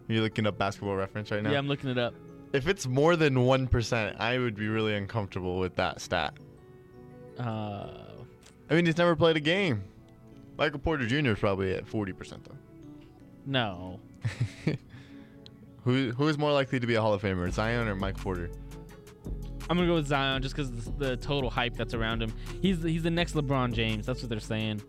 You're looking up basketball reference right now?
Yeah, I'm looking it up.
If it's more than 1%, I would be really uncomfortable with that stat.
Uh,
I mean, he's never played a game. Michael Porter Jr. is probably at 40%
no.
though. who who is more likely to be a Hall of Famer, Zion or Mike Porter?
I'm gonna go with Zion just because the, the total hype that's around him. He's he's the next LeBron James. That's what they're saying.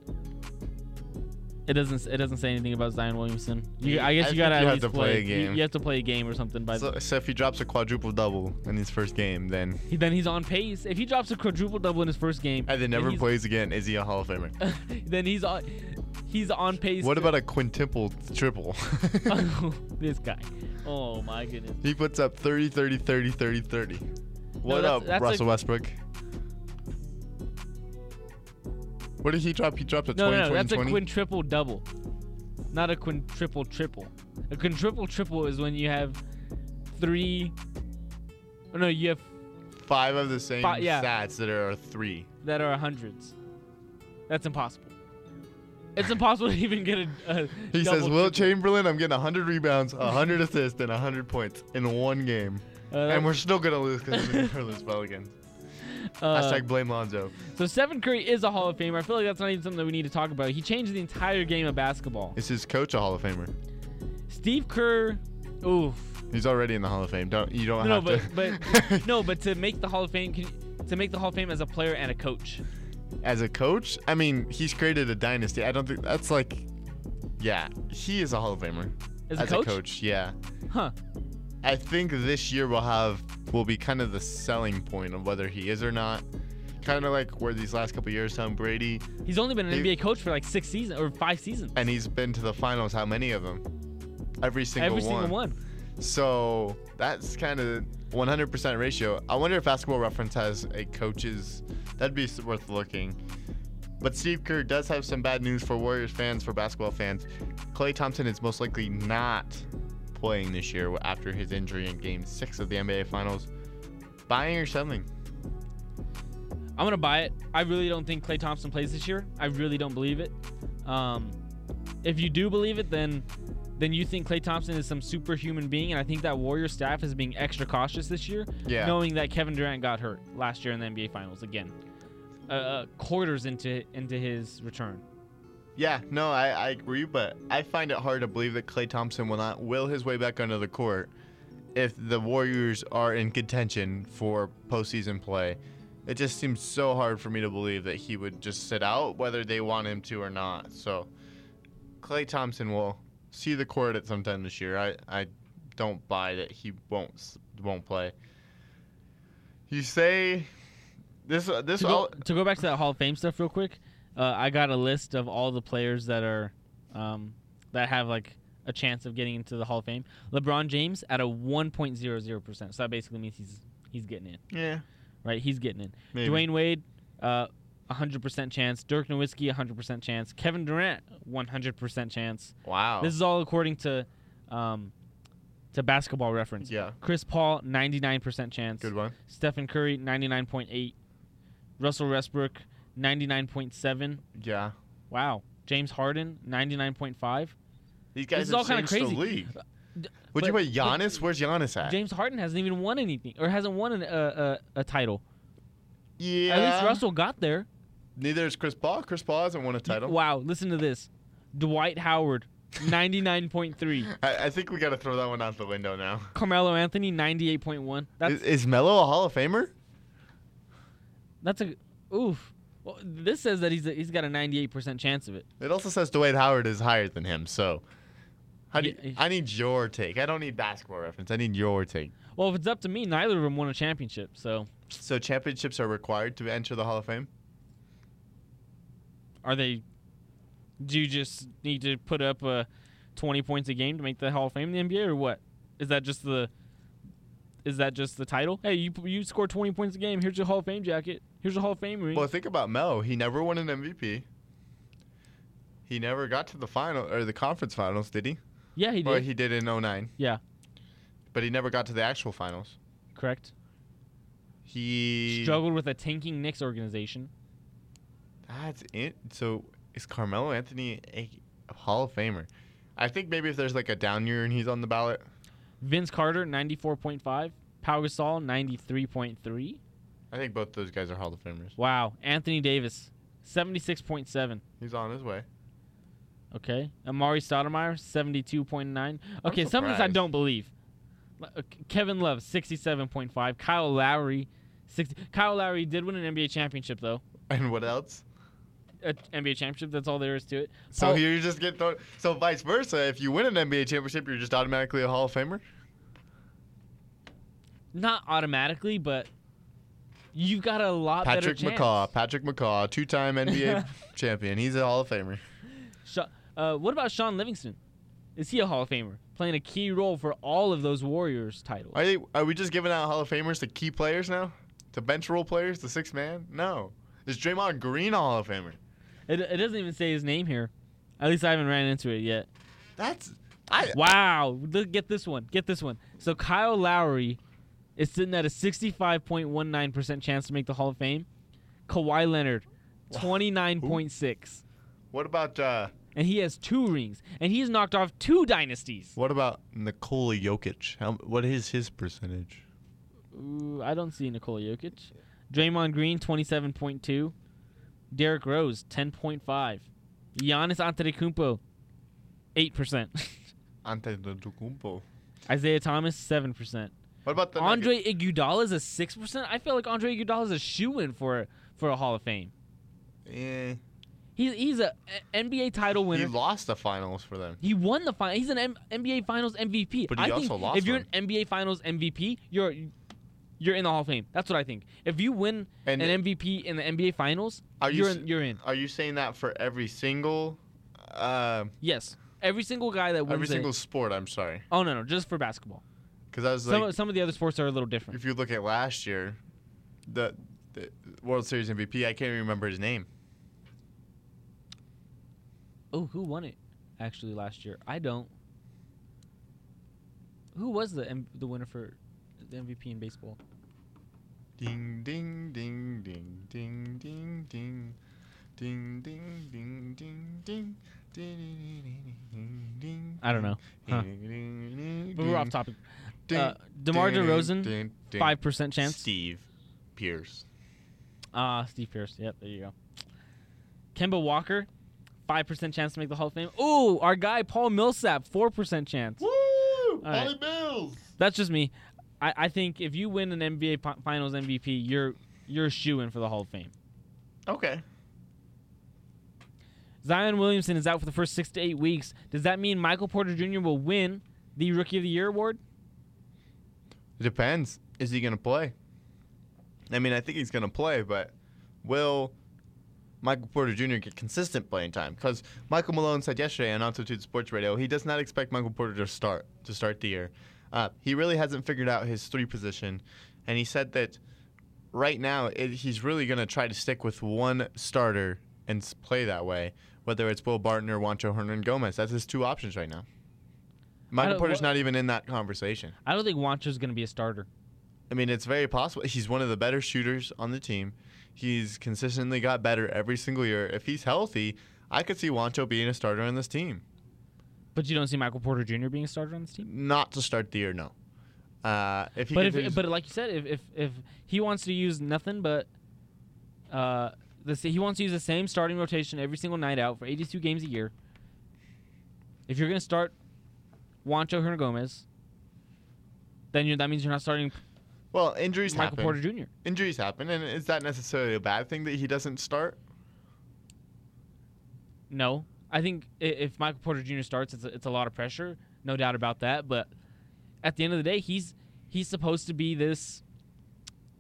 It doesn't it doesn't say anything about Zion Williamson. You, I
I
guess
think
you gotta
you
at
have
least
to play a
you-
game.
You, have to play a game or something. By
So, so if he drops a quadruple double in his first game, then
he, then he's on pace. If he drops a quadruple double in his first game,
and then never
he's-
plays again, is he a Hall of Famer?
then he's on he's on pace.
What
to-
about a quintuple triple?
this guy? Oh my goodness.
he puts up 30 30 30 30 30. What
that's-
up,
that's a-
Russell Westbrook? What did he drop? He dropped a
No,
20
no, no,
20
that's a
20?
quin triple double, not a quin triple triple. A quin triple triple is when you have three. Oh, no, you have
five of the same
Fi- yeah.
stats that are three.
that are hundreds. That's impossible. It's impossible to even get a. a
He
double,
says, Will
triple.
Chamberlain, I'm getting 100 rebounds, 100 assists, and 100 points in one game.
Uh,
and we're still going to lose because we're going to Pelicans.
uh,
Hashtag blame Lonzo.
So Stephen Curry is a Hall of Famer. I feel like that's not even something that we need to talk about. He changed the entire game of basketball.
Is his coach a Hall of Famer?
Steve Kerr, oof.
He's already in the Hall of Fame. Don't You don't
No,
have
but
to.
but no, but to make the Hall of Fame, can, to make the Hall of Fame as a player and a coach.
As a coach, I mean, he's created a dynasty. I don't think that's like. Yeah, he is a Hall of Famer.
As, a, coach?
a coach, yeah.
Huh.
I think this year will have will be kind of the selling point of whether he is or not. Kind of like where these last couple years, Tom Brady,
He's only been an
They-
NBA coach for like six seasons or five seasons.
and he's been to the finals. How many of them? every single
Every
one.
single one.
So that's kind of 100% ratio. I wonder if Basketball Reference has a coach's. That'd be s- worth looking. But Steve Kerr does have some bad news for Warriors fans, for basketball fans. Clay Thompson is most likely not playing this year after his injury in Game Six of the NBA Finals. Buying or selling?
I'm gonna buy it. I really don't think Clay Thompson plays this year. I really don't believe it. Um, if you do believe it, then then you think Clay Thompson is some superhuman being, and I think that Warrior staff is being extra cautious this year,
Yeah.
knowing that Kevin Durant got hurt last year in the NBA Finals again, uh, uh, quarters into into his return.
Yeah, no, I, I agree, but I find it hard to believe that Clay Thompson will not will his way back onto the court if the Warriors are in contention for postseason play. It just seems so hard for me to believe that he would just sit out, whether they want him to or not. So, Clay Thompson will see the court at some time this year. I, I don't buy that he won't s- won't play. You say this this
to,
all,
go, to go back to that Hall of Fame stuff real quick, uh, I got a list of all the players that are um, that have like a chance of getting into the Hall of Fame. LeBron James at a 1.00 percent, so that basically means he's he's getting in,
yeah
right? He's getting in.
maybe.
Dwayne Wade, uh, 100% chance. Dirk Nowitzki, 100% chance. Kevin Durant, 100% chance.
wow
This is all according to um, to Basketball Reference.
yeah
Chris Paul, 99% chance.
good one.
Stephen Curry, 99.8. Russell Westbrook, 99.7.
Yeah.
Wow. James Harden, 99.5.
These guys
is
have
all kinda
changed
crazy. Uh,
the league.
d-
Would you
but-
put Giannis? Where's Giannis at?
James Harden hasn't even won anything or hasn't won an, uh, uh, a title.
yeah.
At least Russell got there.
Neither is Chris Paul. Chris Paul hasn't won a title.
Wow. Listen to this Dwight Howard, 99.3.
I, I think we got to throw that one out the window now.
Carmelo Anthony, 98.1. That's,
Is, is Melo a Hall of Famer?
that's a. Oof. Well, this says that he's, a, he's got a 98% chance of it.
It also says Dwight Howard is higher than him. So, how do
Yeah,
you,
he's-
I need your take. I don't need basketball reference. I need your take.
Well, if it's up to me, neither of them won a championship. So
So championships are required to enter the Hall of Fame.
Are they? Do you just need to put up uh, 20 points a game to make the Hall of Fame in the NBA, or what? Is that just the? Is that just the title? Hey, you you score 20 points a game. Here's your Hall of Fame jacket. Here's your Hall of Fame ring.
Well, think about Melo. He never won an MVP. He never got to the final or the conference finals, did he?
yeah, he did.
Well, he did in 09.
Yeah.
But he never got to the actual finals.
Correct.
He
Struggled with a tanking Knicks organization.
That's it. So is Carmelo Anthony a Hall of Famer? I think maybe if there's like a down year and he's on the ballot.
Vince Carter 94.5. Pau Gasol 93.3.
I think both those guys are Hall of Famers.
Wow. Anthony Davis 76.7.
He's on his way.
Okay. Amari Stoudemire, 72.9. Okay, some of this I
surprised.
don't believe. Like, uh, Kevin Love, 67.5. Kyle Lowry, 60. Kyle Lowry did win an NBA championship, though.
And what else?
A NBA championship, that's all there is to it. Oh,
So
Paul-
here you just get thrown. So vice versa, if you win an NBA championship, you're just automatically a Hall of Famer.
Not automatically, but you've got a lot
Patrick
better chance.
McCaw, Patrick McCaw, two-time NBA champion. He's a Hall of Famer.
Sha- uh, what about Sean Livingston? Is he a Hall of Famer? Playing a key role for all of those Warriors titles.
Are they, Are we just giving out Hall of Famers to key players now? To bench role players, to six man? No. Is Draymond Green a Hall of Famer?
It, it doesn't even say his name here. At least I haven't ran into it yet.
That's I
Wow. Look, get this one. Get this one. So Kyle Lowry is sitting at a 65.19% chance to make the Hall of Fame. Kawhi Leonard, 29.6.
What about uh,
And he has two rings. And he's knocked off two dynasties.
what about Nikola Jokic? How, what is his percentage?
Ooh, I don't see Nikola Jokic. Draymond Green, 27.2. Derrick Rose, 10.5. Giannis Antetokounmpo, 8%.
Antetokounmpo.
Isaiah Thomas, 7%.
What about the
Andre Iguodala is a six percent. I feel like Andre Iguodala is a shoe in for for a Hall of Fame.
Nuggets?
He's he's a a NBA title
Eh, he
winner.
lost the finals for them.
He won the final. He's an M- NBA Finals MVP.
But he
I
also
think
lost
if you're
one.
an NBA Finals MVP, you're you're in the Hall of Fame. That's what I think. If you win
And
an MVP in the NBA Finals,
Are you
you're
s-
in, you're in.
are you saying that for every single? Uh,
Yes, every single guy that wins
Every
it-
single sport, I'm sorry.
Oh no, no, just for basketball.
Because I was
some
like,
of, some of the other sports are a little different.
if you look at last year, the, the World Series MVP, I can't even remember his name.
Oh, who won it actually last year? I don't. Who was the M- the winner for the MVP in baseball?
Ding, ding, ding, ding, ding, ding, ding. Ding ding ding ding ding ding ding ding.
I don't know. Huh.
Ding,
But we're off topic. Uh, DeMar DeRozan, five percent chance.
Steve Pierce.
Ah, Steve Pierce. Yep, there you go. Kemba Walker, five percent chance to make the Hall of Fame. Ooh, our guy Paul Millsap, four percent chance.
Woo!
right. Polly
Bills.
That's just me. I, I think if you win an NBA pi- Finals MVP, you're you're shoe in for the Hall of Fame.
Okay.
Zion Williamson is out for the first six to eight weeks. Does that mean Michael Porter Jr. will win the Rookie of the Year award?
It depends. Is he gonna play? I mean, I think he's gonna play, but will Michael Porter Jr. get consistent playing time? Because Michael Malone said yesterday on Altitude Sports Radio he does not expect Michael Porter to start to start the year. Uh, he really hasn't figured out his three position, and he said that right now it, he's really gonna try to stick with one starter and s- play that way. Whether it's Will Barton or Juancho Hernan Gomez, that's his two options right now. Michael
don't-
Porter's
wha-
not even in that conversation.
I don't think Wancho's going to be a starter.
I mean, it's very possible. He's one of the better shooters on the team. He's consistently got better every single year. If he's healthy, I could see Wancho being a starter on this team.
But you don't see Michael Porter Jr. being a starter on this team.
Not to start the year, no. Uh, if he
But
continues-
if, but like you said, if, if if he wants to use nothing but uh, the sa- he wants to use the same starting rotation every single night out for 82 games a year. If you're going to start Wancho Hernan Gomez, then you that means you're not starting
well, injuries
Michael
happen.
Porter Jr.
injuries happen, and is that necessarily a bad thing that he doesn't start?
No, I think i- if Michael Porter Jr. starts, it's a, it's a lot of pressure, no doubt about that. But at the end of the day, he's he's supposed to be this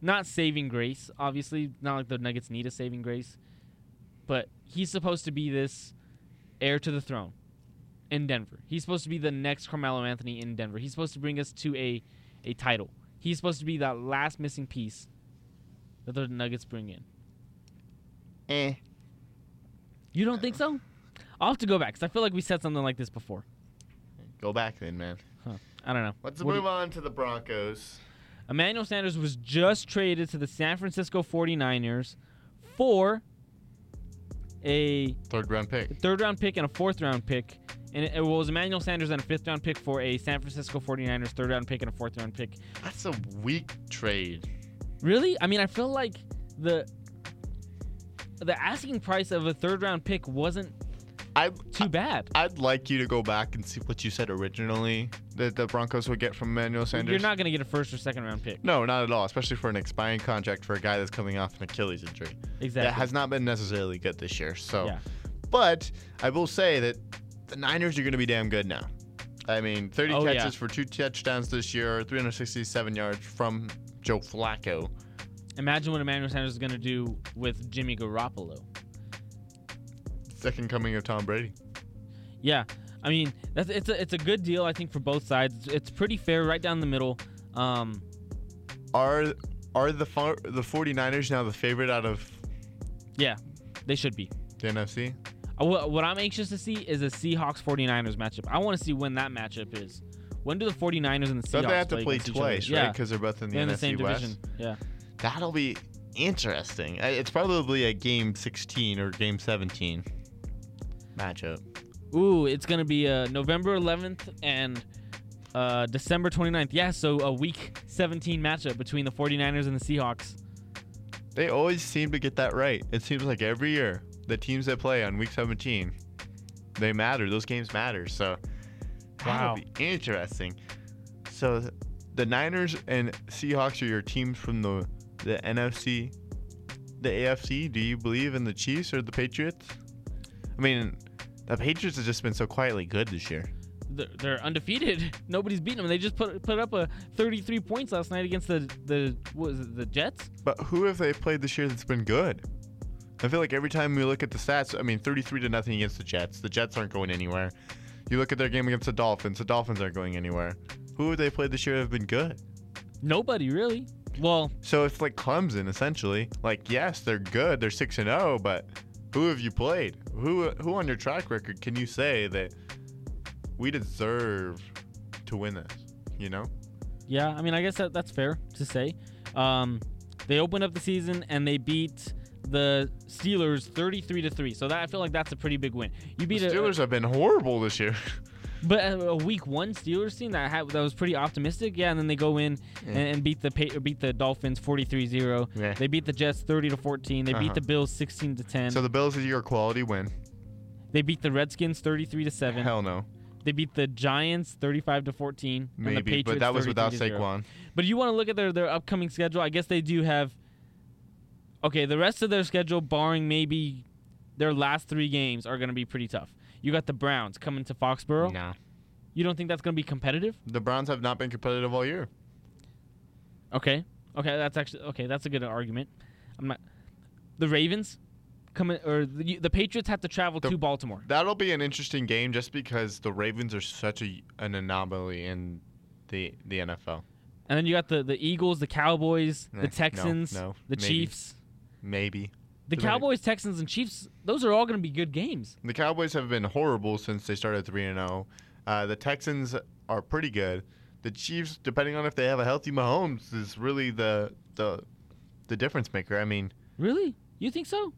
not saving grace, obviously, not like the Nuggets need a saving grace, but he's supposed to be this heir to the throne in Denver. He's supposed to be the next Carmelo Anthony in Denver. He's supposed to bring us to a a title. He's supposed to be that last missing piece that the Nuggets bring in.
Eh.
You don't think so? I'll have to go back because I feel like we said something like this before.
Go back then, man.
I don't know.
Let's
What do
move on to the Broncos.
you- Emmanuel Sanders was just traded to the San Francisco 49ers for a
Third round pick.
third round pick and a fourth round pick. And it, it was Emmanuel Sanders and a fifth round pick for a San Francisco 49ers third round pick and a fourth round pick.
That's a weak trade.
Really? I mean, I feel like the the asking price of a third round pick wasn't
I
too bad.
I'd like you to go back and see what you said originally that the Broncos would get from Manuel Sanders.
You're not going to get a first or second round pick.
No, not at all. Especially for an expiring contract for a guy that's coming off an Achilles injury.
Exactly.
That has not been necessarily good this year. So,
Yeah.
but I will say that the Niners are going to be damn good now. I mean, 30
Oh,
catches
yeah.
for two touchdowns this year, 367 yards from Joe Flacco.
Imagine what Emmanuel Sanders is going to do with Jimmy Garoppolo.
Second coming of Tom Brady.
Yeah, I mean that's it's a it's a good deal I think for both sides. It's, it's pretty fair, right down the middle. Um,
Are are the fo- the 49ers now the favorite out of
yeah, they should be.
the NFC?
Uh, What, what I'm anxious to see is a Seahawks 49ers matchup. I want to see when that matchup is. When do the 49ers and the Seahawks
Don't they have to play
against each other?
twice, right?
Yeah,
Because they're both in the
they're
NFC
in the same
West.
division. Yeah,
That'll be interesting. I- It's probably a game 16 or game 17 matchup.
Ooh, it's gonna be uh, November 11th and uh, December 29th. Yeah, so a Week 17 matchup between the 49ers and the Seahawks.
They always seem to get that right. It seems like every year, the teams that play on week 17, they matter. Those games matter. So that'll
Wow.
be interesting. So th- the Niners and Seahawks are your teams from the, the NFC, the AFC. Do you believe in the Chiefs or the Patriots? I mean, the Patriots have just been so quietly good this year.
they're, they're undefeated. Nobody's beaten them. They just put put up a 33 points last night against the the what was it, the Jets.
But who have they played this year that's been good? I feel like every time we look at the stats, I mean, 33 to nothing against the Jets. The Jets aren't going anywhere. You look at their game against the Dolphins. The Dolphins aren't going anywhere. Who they played this year have been good?
Nobody really. Well,
So it's like Clemson essentially. Like yes, they're good. They're six and zero, but who have you played? Who who on your track record can you say that we deserve to win this? You know.
yeah. I mean, I guess that, that's fair to say. Um, they opened up the season and they beat the Steelers 33 to three. So that I feel like that's a pretty big win. You
The
beat a,
Steelers have been horrible this year.
But a a week one Steelers team that had, that was pretty optimistic, yeah. And then they go in and, and beat the Pa- beat the Dolphins 43-0.
Yeah.
They beat the Jets thirty to fourteen. They
Uh-huh.
beat the Bills sixteen to ten.
So the Bills is your quality win.
They beat the Redskins thirty-three to seven.
Hell no.
They beat the Giants thirty-five to fourteen. and the
Maybe,
Patriots
but that was without
33-0.
Saquon.
But you want to look at their their upcoming schedule. I guess they do have. Okay, the rest of their schedule, barring maybe their last three games, are going to be pretty tough. You got the Browns coming to Foxborough.
Nah.
You don't think that's going to be competitive?
The Browns have not been competitive all year.
Okay. Okay, that's actually okay. That's a good argument. I'm not. The Ravens coming or the, the Patriots have to travel
The-
to Baltimore.
That'll be an interesting game just because the Ravens are such a, an anomaly in the the NFL.
And then you got the, the Eagles, the Cowboys,
Eh,
the
no,
Texans,
no,
the
maybe.
Chiefs.
Maybe.
The
Right.
Cowboys, Texans and Chiefs, those are all going to be good games.
The Cowboys have been horrible since they started 3 and 0. Uh, The Texans are pretty good. The Chiefs, depending on if they have a healthy Mahomes, is really the the the difference maker. I mean,
Really? You think so?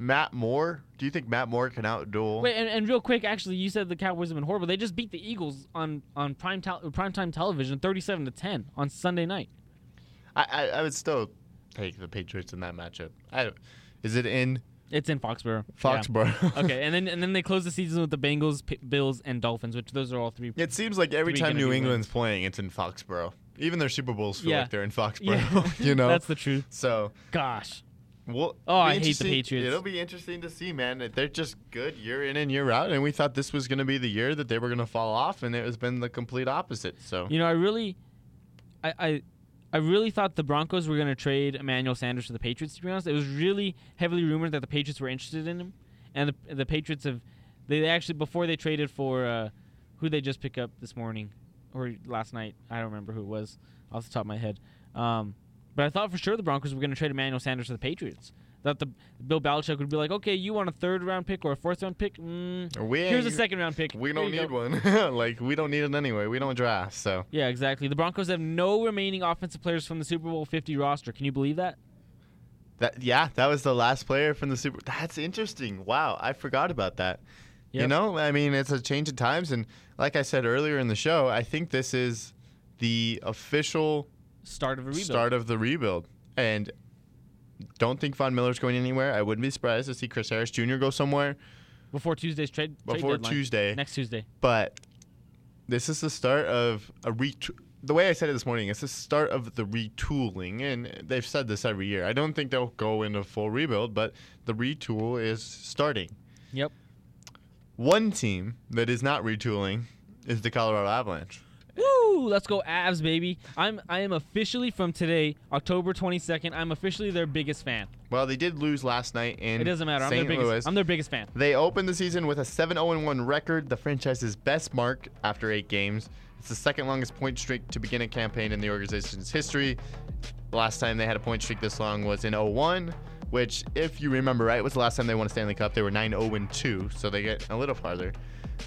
Matt Moore. Do you think Matt Moore can outduel?
Wait, and, and real quick, actually, you said the Cowboys have been horrible. They just beat the Eagles on on prime tel- prime time television, thirty-seven to ten on Sunday night.
I, I I would still take the Patriots in that matchup. I, is it in
It's in Foxborough. Yeah.
Foxborough?
okay, and then and then they close the season with the Bengals, P- Bills, and Dolphins, which those are all three.
It seems like every
Three
time
gonna
New
be
England's playing, it's in Foxborough. Even their Super Bowls feel
Yeah.
like they're in Foxborough. you know,
that's the truth.
so
Gosh,
we'll. be
Oh, I hate the
interesting-
Patriots.
It'll be interesting to see, man. If They're just good year in and year out, and we thought this was going to be the year that they were going to fall off, and it has been the complete opposite. So
you know, I really, I, I, I really thought the Broncos were going to trade Emmanuel Sanders to the Patriots. To be honest, it was really heavily rumored that the Patriots were interested in him, and the the Patriots have, they actually before they traded for, uh, who they just pick up this morning, or last night. I don't remember who it was off the top of my head. Um, but I thought for sure the Broncos were going to trade Emmanuel Sanders to the Patriots. That the Bill Belichick would be like, okay, you want a third round pick or a fourth round pick? Mm,
we
here's a
ain't-
second round pick.
We
There
don't
you go."
need one. like we don't need it anyway. We don't draft. So
Yeah, exactly. The Broncos have no remaining offensive players from the Super Bowl 50 roster. Can you believe that?
that yeah, that was the last player from the Super. That's interesting. Wow, I forgot about that. You
Yep.
know, I mean, it's a change of times, and like I said earlier in the show, I think this is the official
Start of a rebuild.
start of the rebuild. And don't think Von Miller's going anywhere. I wouldn't be surprised to see Chris Harris Jr. go somewhere
before Tuesday's trade. trade
before
deadline.
Tuesday.
Next Tuesday.
But this is the start of a ret. The way I said it this morning, it's the start of the retooling, and they've said this every year. I don't think they'll go into full rebuild, but the retool is starting.
Yep.
One team that is not retooling is the Colorado Avalanche.
Woo! Let's go Avs, baby. I'm I am officially from today, October 22nd. I'm officially their biggest fan.
Well, they did lose last night in
It doesn't matter. I'm
St.
their biggest.
Louis.
I'm their biggest fan.
They opened the season with a 7 0 1 record, the franchise's best mark after eight games. It's the second longest point streak to begin a campaign in the organization's history. The last time they had a point streak this long was in 01, which, if you remember right, was the last time they won a Stanley Cup. They were 9 0 2, so they get a little farther.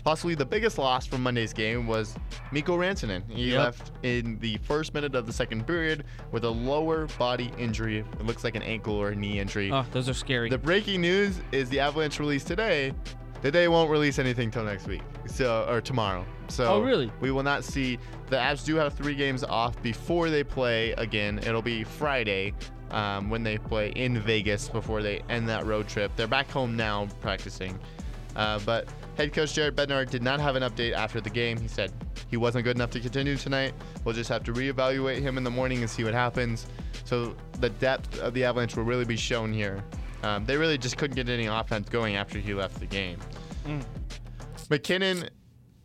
Possibly the biggest loss from Monday's game was Miko Rantanen. He
Yep.
left in the first minute of the second period with a lower body injury. It looks like an ankle or a knee injury.
Oh, those are scary.
The breaking news is the Avalanche release today. That they won't release anything till next week, so or tomorrow. So
Oh, really?
We will not see. The Avs do have three games off before they play again. It'll be Friday um, when they play in Vegas before they end that road trip. They're back home now practicing, uh, but head coach Jared Bednar did not have an update after the game. He said he wasn't good enough to continue tonight. We'll just have to reevaluate him in the morning and see what happens. So the depth of the Avalanche will really be shown here. Um, they really just couldn't get any offense going after he left the game.
Mm.
McKinnon,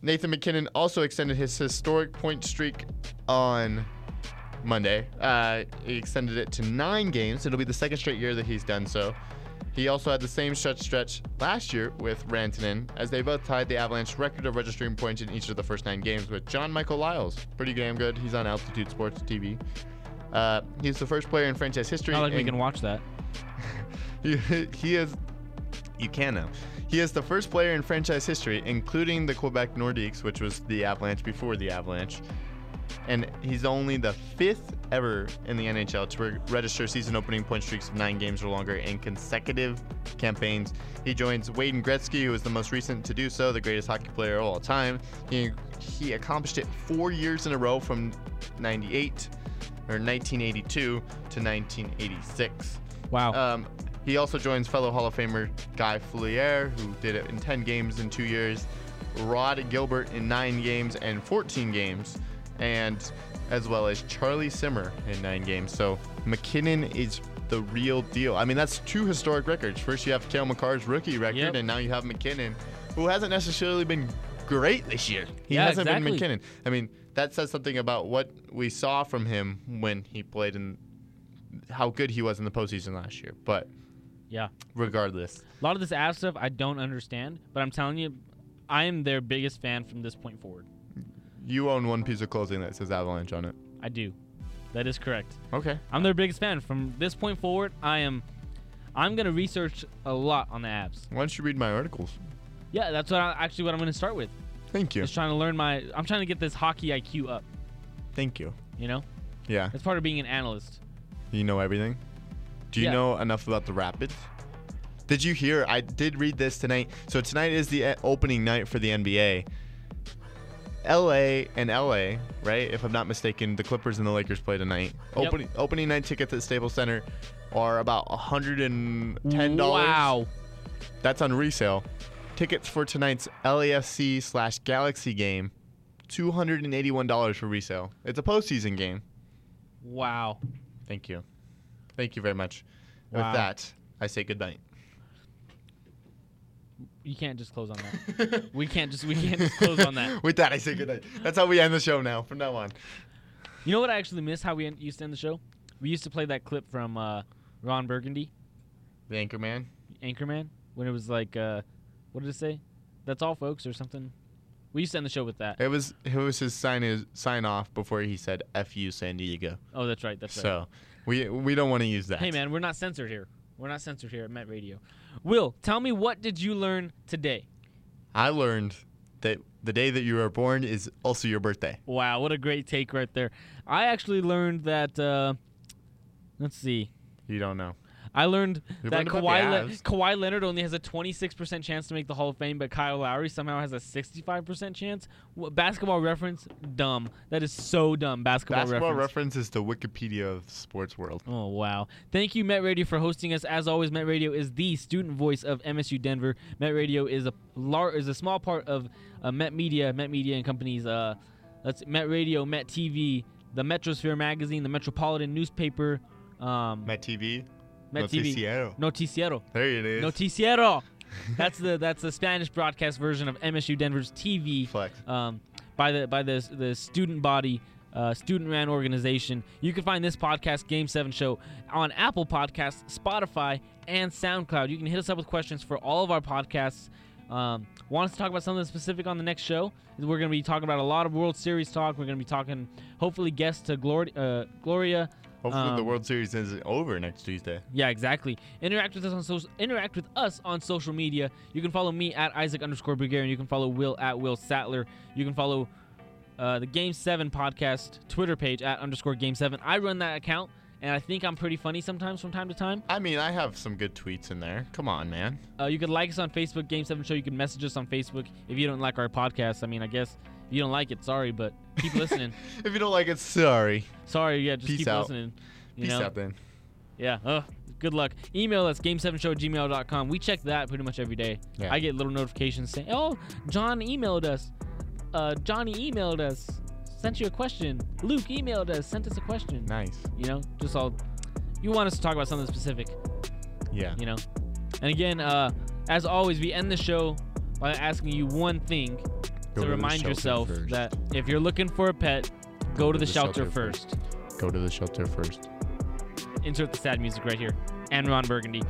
Nathan McKinnon also extended his historic point streak on Monday. Uh, he extended it to nine games. It'll be the second straight year that he's done so. He also had the same stretch stretch last year with Rantanen, as they both tied the Avalanche record of registering points in each of the first nine games with John Michael Lyles. Pretty damn good. He's on Altitude Sports TV. Uh, he's the first player in franchise history.
Not like we
and-
can watch that.
he, he is. You can now. He is the first player in franchise history, including the Quebec Nordiques, which was the Avalanche before the Avalanche. And he's only the fifth ever in the NHL to re- register season opening point streaks of nine games or longer in consecutive campaigns. He joins Wayne Gretzky, who is the most recent to do so, the greatest hockey player of all time. He, he accomplished it four years in a row from 98 or 1982 to 1986.
Wow.
Um, he also joins fellow Hall of Famer Guy Foulier, who did it in 10 games in two years, Rod Gilbert in nine games and 14 games, and as well as Charlie Simmer in nine games. So McKinnon is the real deal. I mean, that's two historic records. First, you have Kale McCarr's rookie record,
Yep.
and now you have McKinnon, who hasn't necessarily been great this year. He
Yeah,
hasn't
exactly.
been McKinnon. I mean, that says something about what we saw from him when he played in how good he was in the postseason last year. But
yeah.
regardless,
A lot of this Avs stuff I don't understand, but I'm telling you, I am their biggest fan from this point forward.
you own one piece of clothing that says Avalanche on it.
I do. That is correct.
Okay.
I'm their biggest fan from this point forward. I am. I'm gonna research a lot on the Avs.
Why don't you read my articles?
Yeah, that's what I, actually what I'm gonna start with.
Thank you.
Just trying to learn my. I'm trying to get this hockey IQ up.
Thank you.
You know,
Yeah.
that's part of being an analyst.
You know everything? Do you
Yeah.
know enough about the Rapids? Did you hear? I did read this tonight. So tonight is the uh, opening night for the NBA. LA and LA, right? If I'm not mistaken, the Clippers and the Lakers play tonight.
Yep.
Opening opening night tickets at Staples Center are about $110.
Wow.
That's on resale. Tickets for tonight's LAFC slash Galaxy game, two hundred and eighty-one dollars for resale. It's a postseason game.
Wow.
Thank you, thank you very much.
Wow.
With that, I say goodnight.
You can't just close on that. We can't just- we can't just close on that.
With that, I say goodnight. That's how we end the show now. From now on,
You know what I actually miss? How we en- used to end the show? We used to play that clip from uh, Ron Burgundy,
the anchor man.
Anchorman, when it was like, uh, what did it say? That's all, folks, or something. We used to end the show with that.
It was it was his sign his sign off before he said "F you, San Diego."
Oh, that's right. That's right.
So we we don't want to use that.
Hey, man, we're not censored here. We're not censored here at Met Radio. Will, tell me what did you learn today?
I learned that the day that you were born is also your birthday.
Wow, what a great take right there. I actually learned that. Uh, let's see.
You don't know.
I learned
We
that
learned about the
Kawhi, Le-
Avs.
Kawhi Leonard only has a 26% chance to make the Hall of Fame, but Kyle Lowry somehow has a 65% chance. Wha- basketball reference, dumb. That is so dumb. Basketball,
Basketball reference.
reference.
is the Wikipedia of the sports world.
Oh, wow. Thank you, Met Radio, for hosting us. As always, Met Radio is the student voice of MSU Denver. Met Radio is a lar- is a small part of uh, Met Media, Met Media and Company's uh, let's Met Radio, Met TV, the Metrosphere magazine, the Metropolitan newspaper, um, Met,
Met TV.
TV, Noticiero.
There it is.
Noticiero. That's the that's the Spanish broadcast version of MSU Denver's TV
Flex.
um, by the by the the student body, uh, student ran organization. You can find this podcast, Game Seven Show, on Apple Podcasts, Spotify, and SoundCloud. You can hit us up with questions for all of our podcasts. Um, want us to talk about something specific on the next show? We're going to be talking about a lot of World Series talk. We're going to be talking, hopefully, guests to Glor- uh, Gloria.
Hopefully the
um,
World Series isn't over next Tuesday.
Yeah, exactly. Interact with us on social. Interact with us on social media. You can follow me at Isaac underscore Bulgarian. You can follow Will at Will Sattler. You can follow uh, the Game Seven podcast Twitter page at underscore Game Seven. I run that account, and I think I'm pretty funny sometimes from time to time.
I mean, I have some good tweets in there. Come on, man.
Uh, you can like us on Facebook, Game Seven Show. You can message us on Facebook if you don't like our podcast. I mean, I guess if you don't like it, sorry, but keep listening.
If you don't like it, sorry.
sorry, yeah, just
Peace
keep
out.
listening. You
Peace
know?
out then.
Yeah. Ugh. Good luck. Email us game7show at gmail.com. We check that pretty much every day.
Yeah.
I get little notifications saying, oh, John emailed us. Uh, Johnny emailed us. Sent you a question. Luke emailed us. Sent us a question.
Nice.
You know, just all. You want us to talk about something specific,
Yeah.
you know? And again, uh, as always, we end the show by asking you one thing
Go
to
to the
remind
shelter
yourself
first.
that if you're looking for a pet, go, to, the, shelter, first.
Go to the shelter first.
Insert the sad music right here. And Ron Burgundy.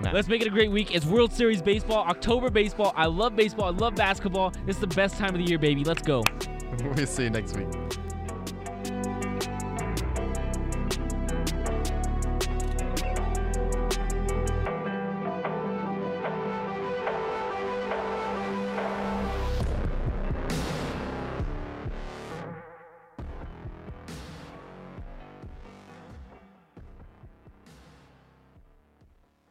Nah.
Let's make it a great week. It's World Series baseball, October baseball. I love baseball. I love basketball. It's the best time of the year, baby. Let's go.
we'll see you next week.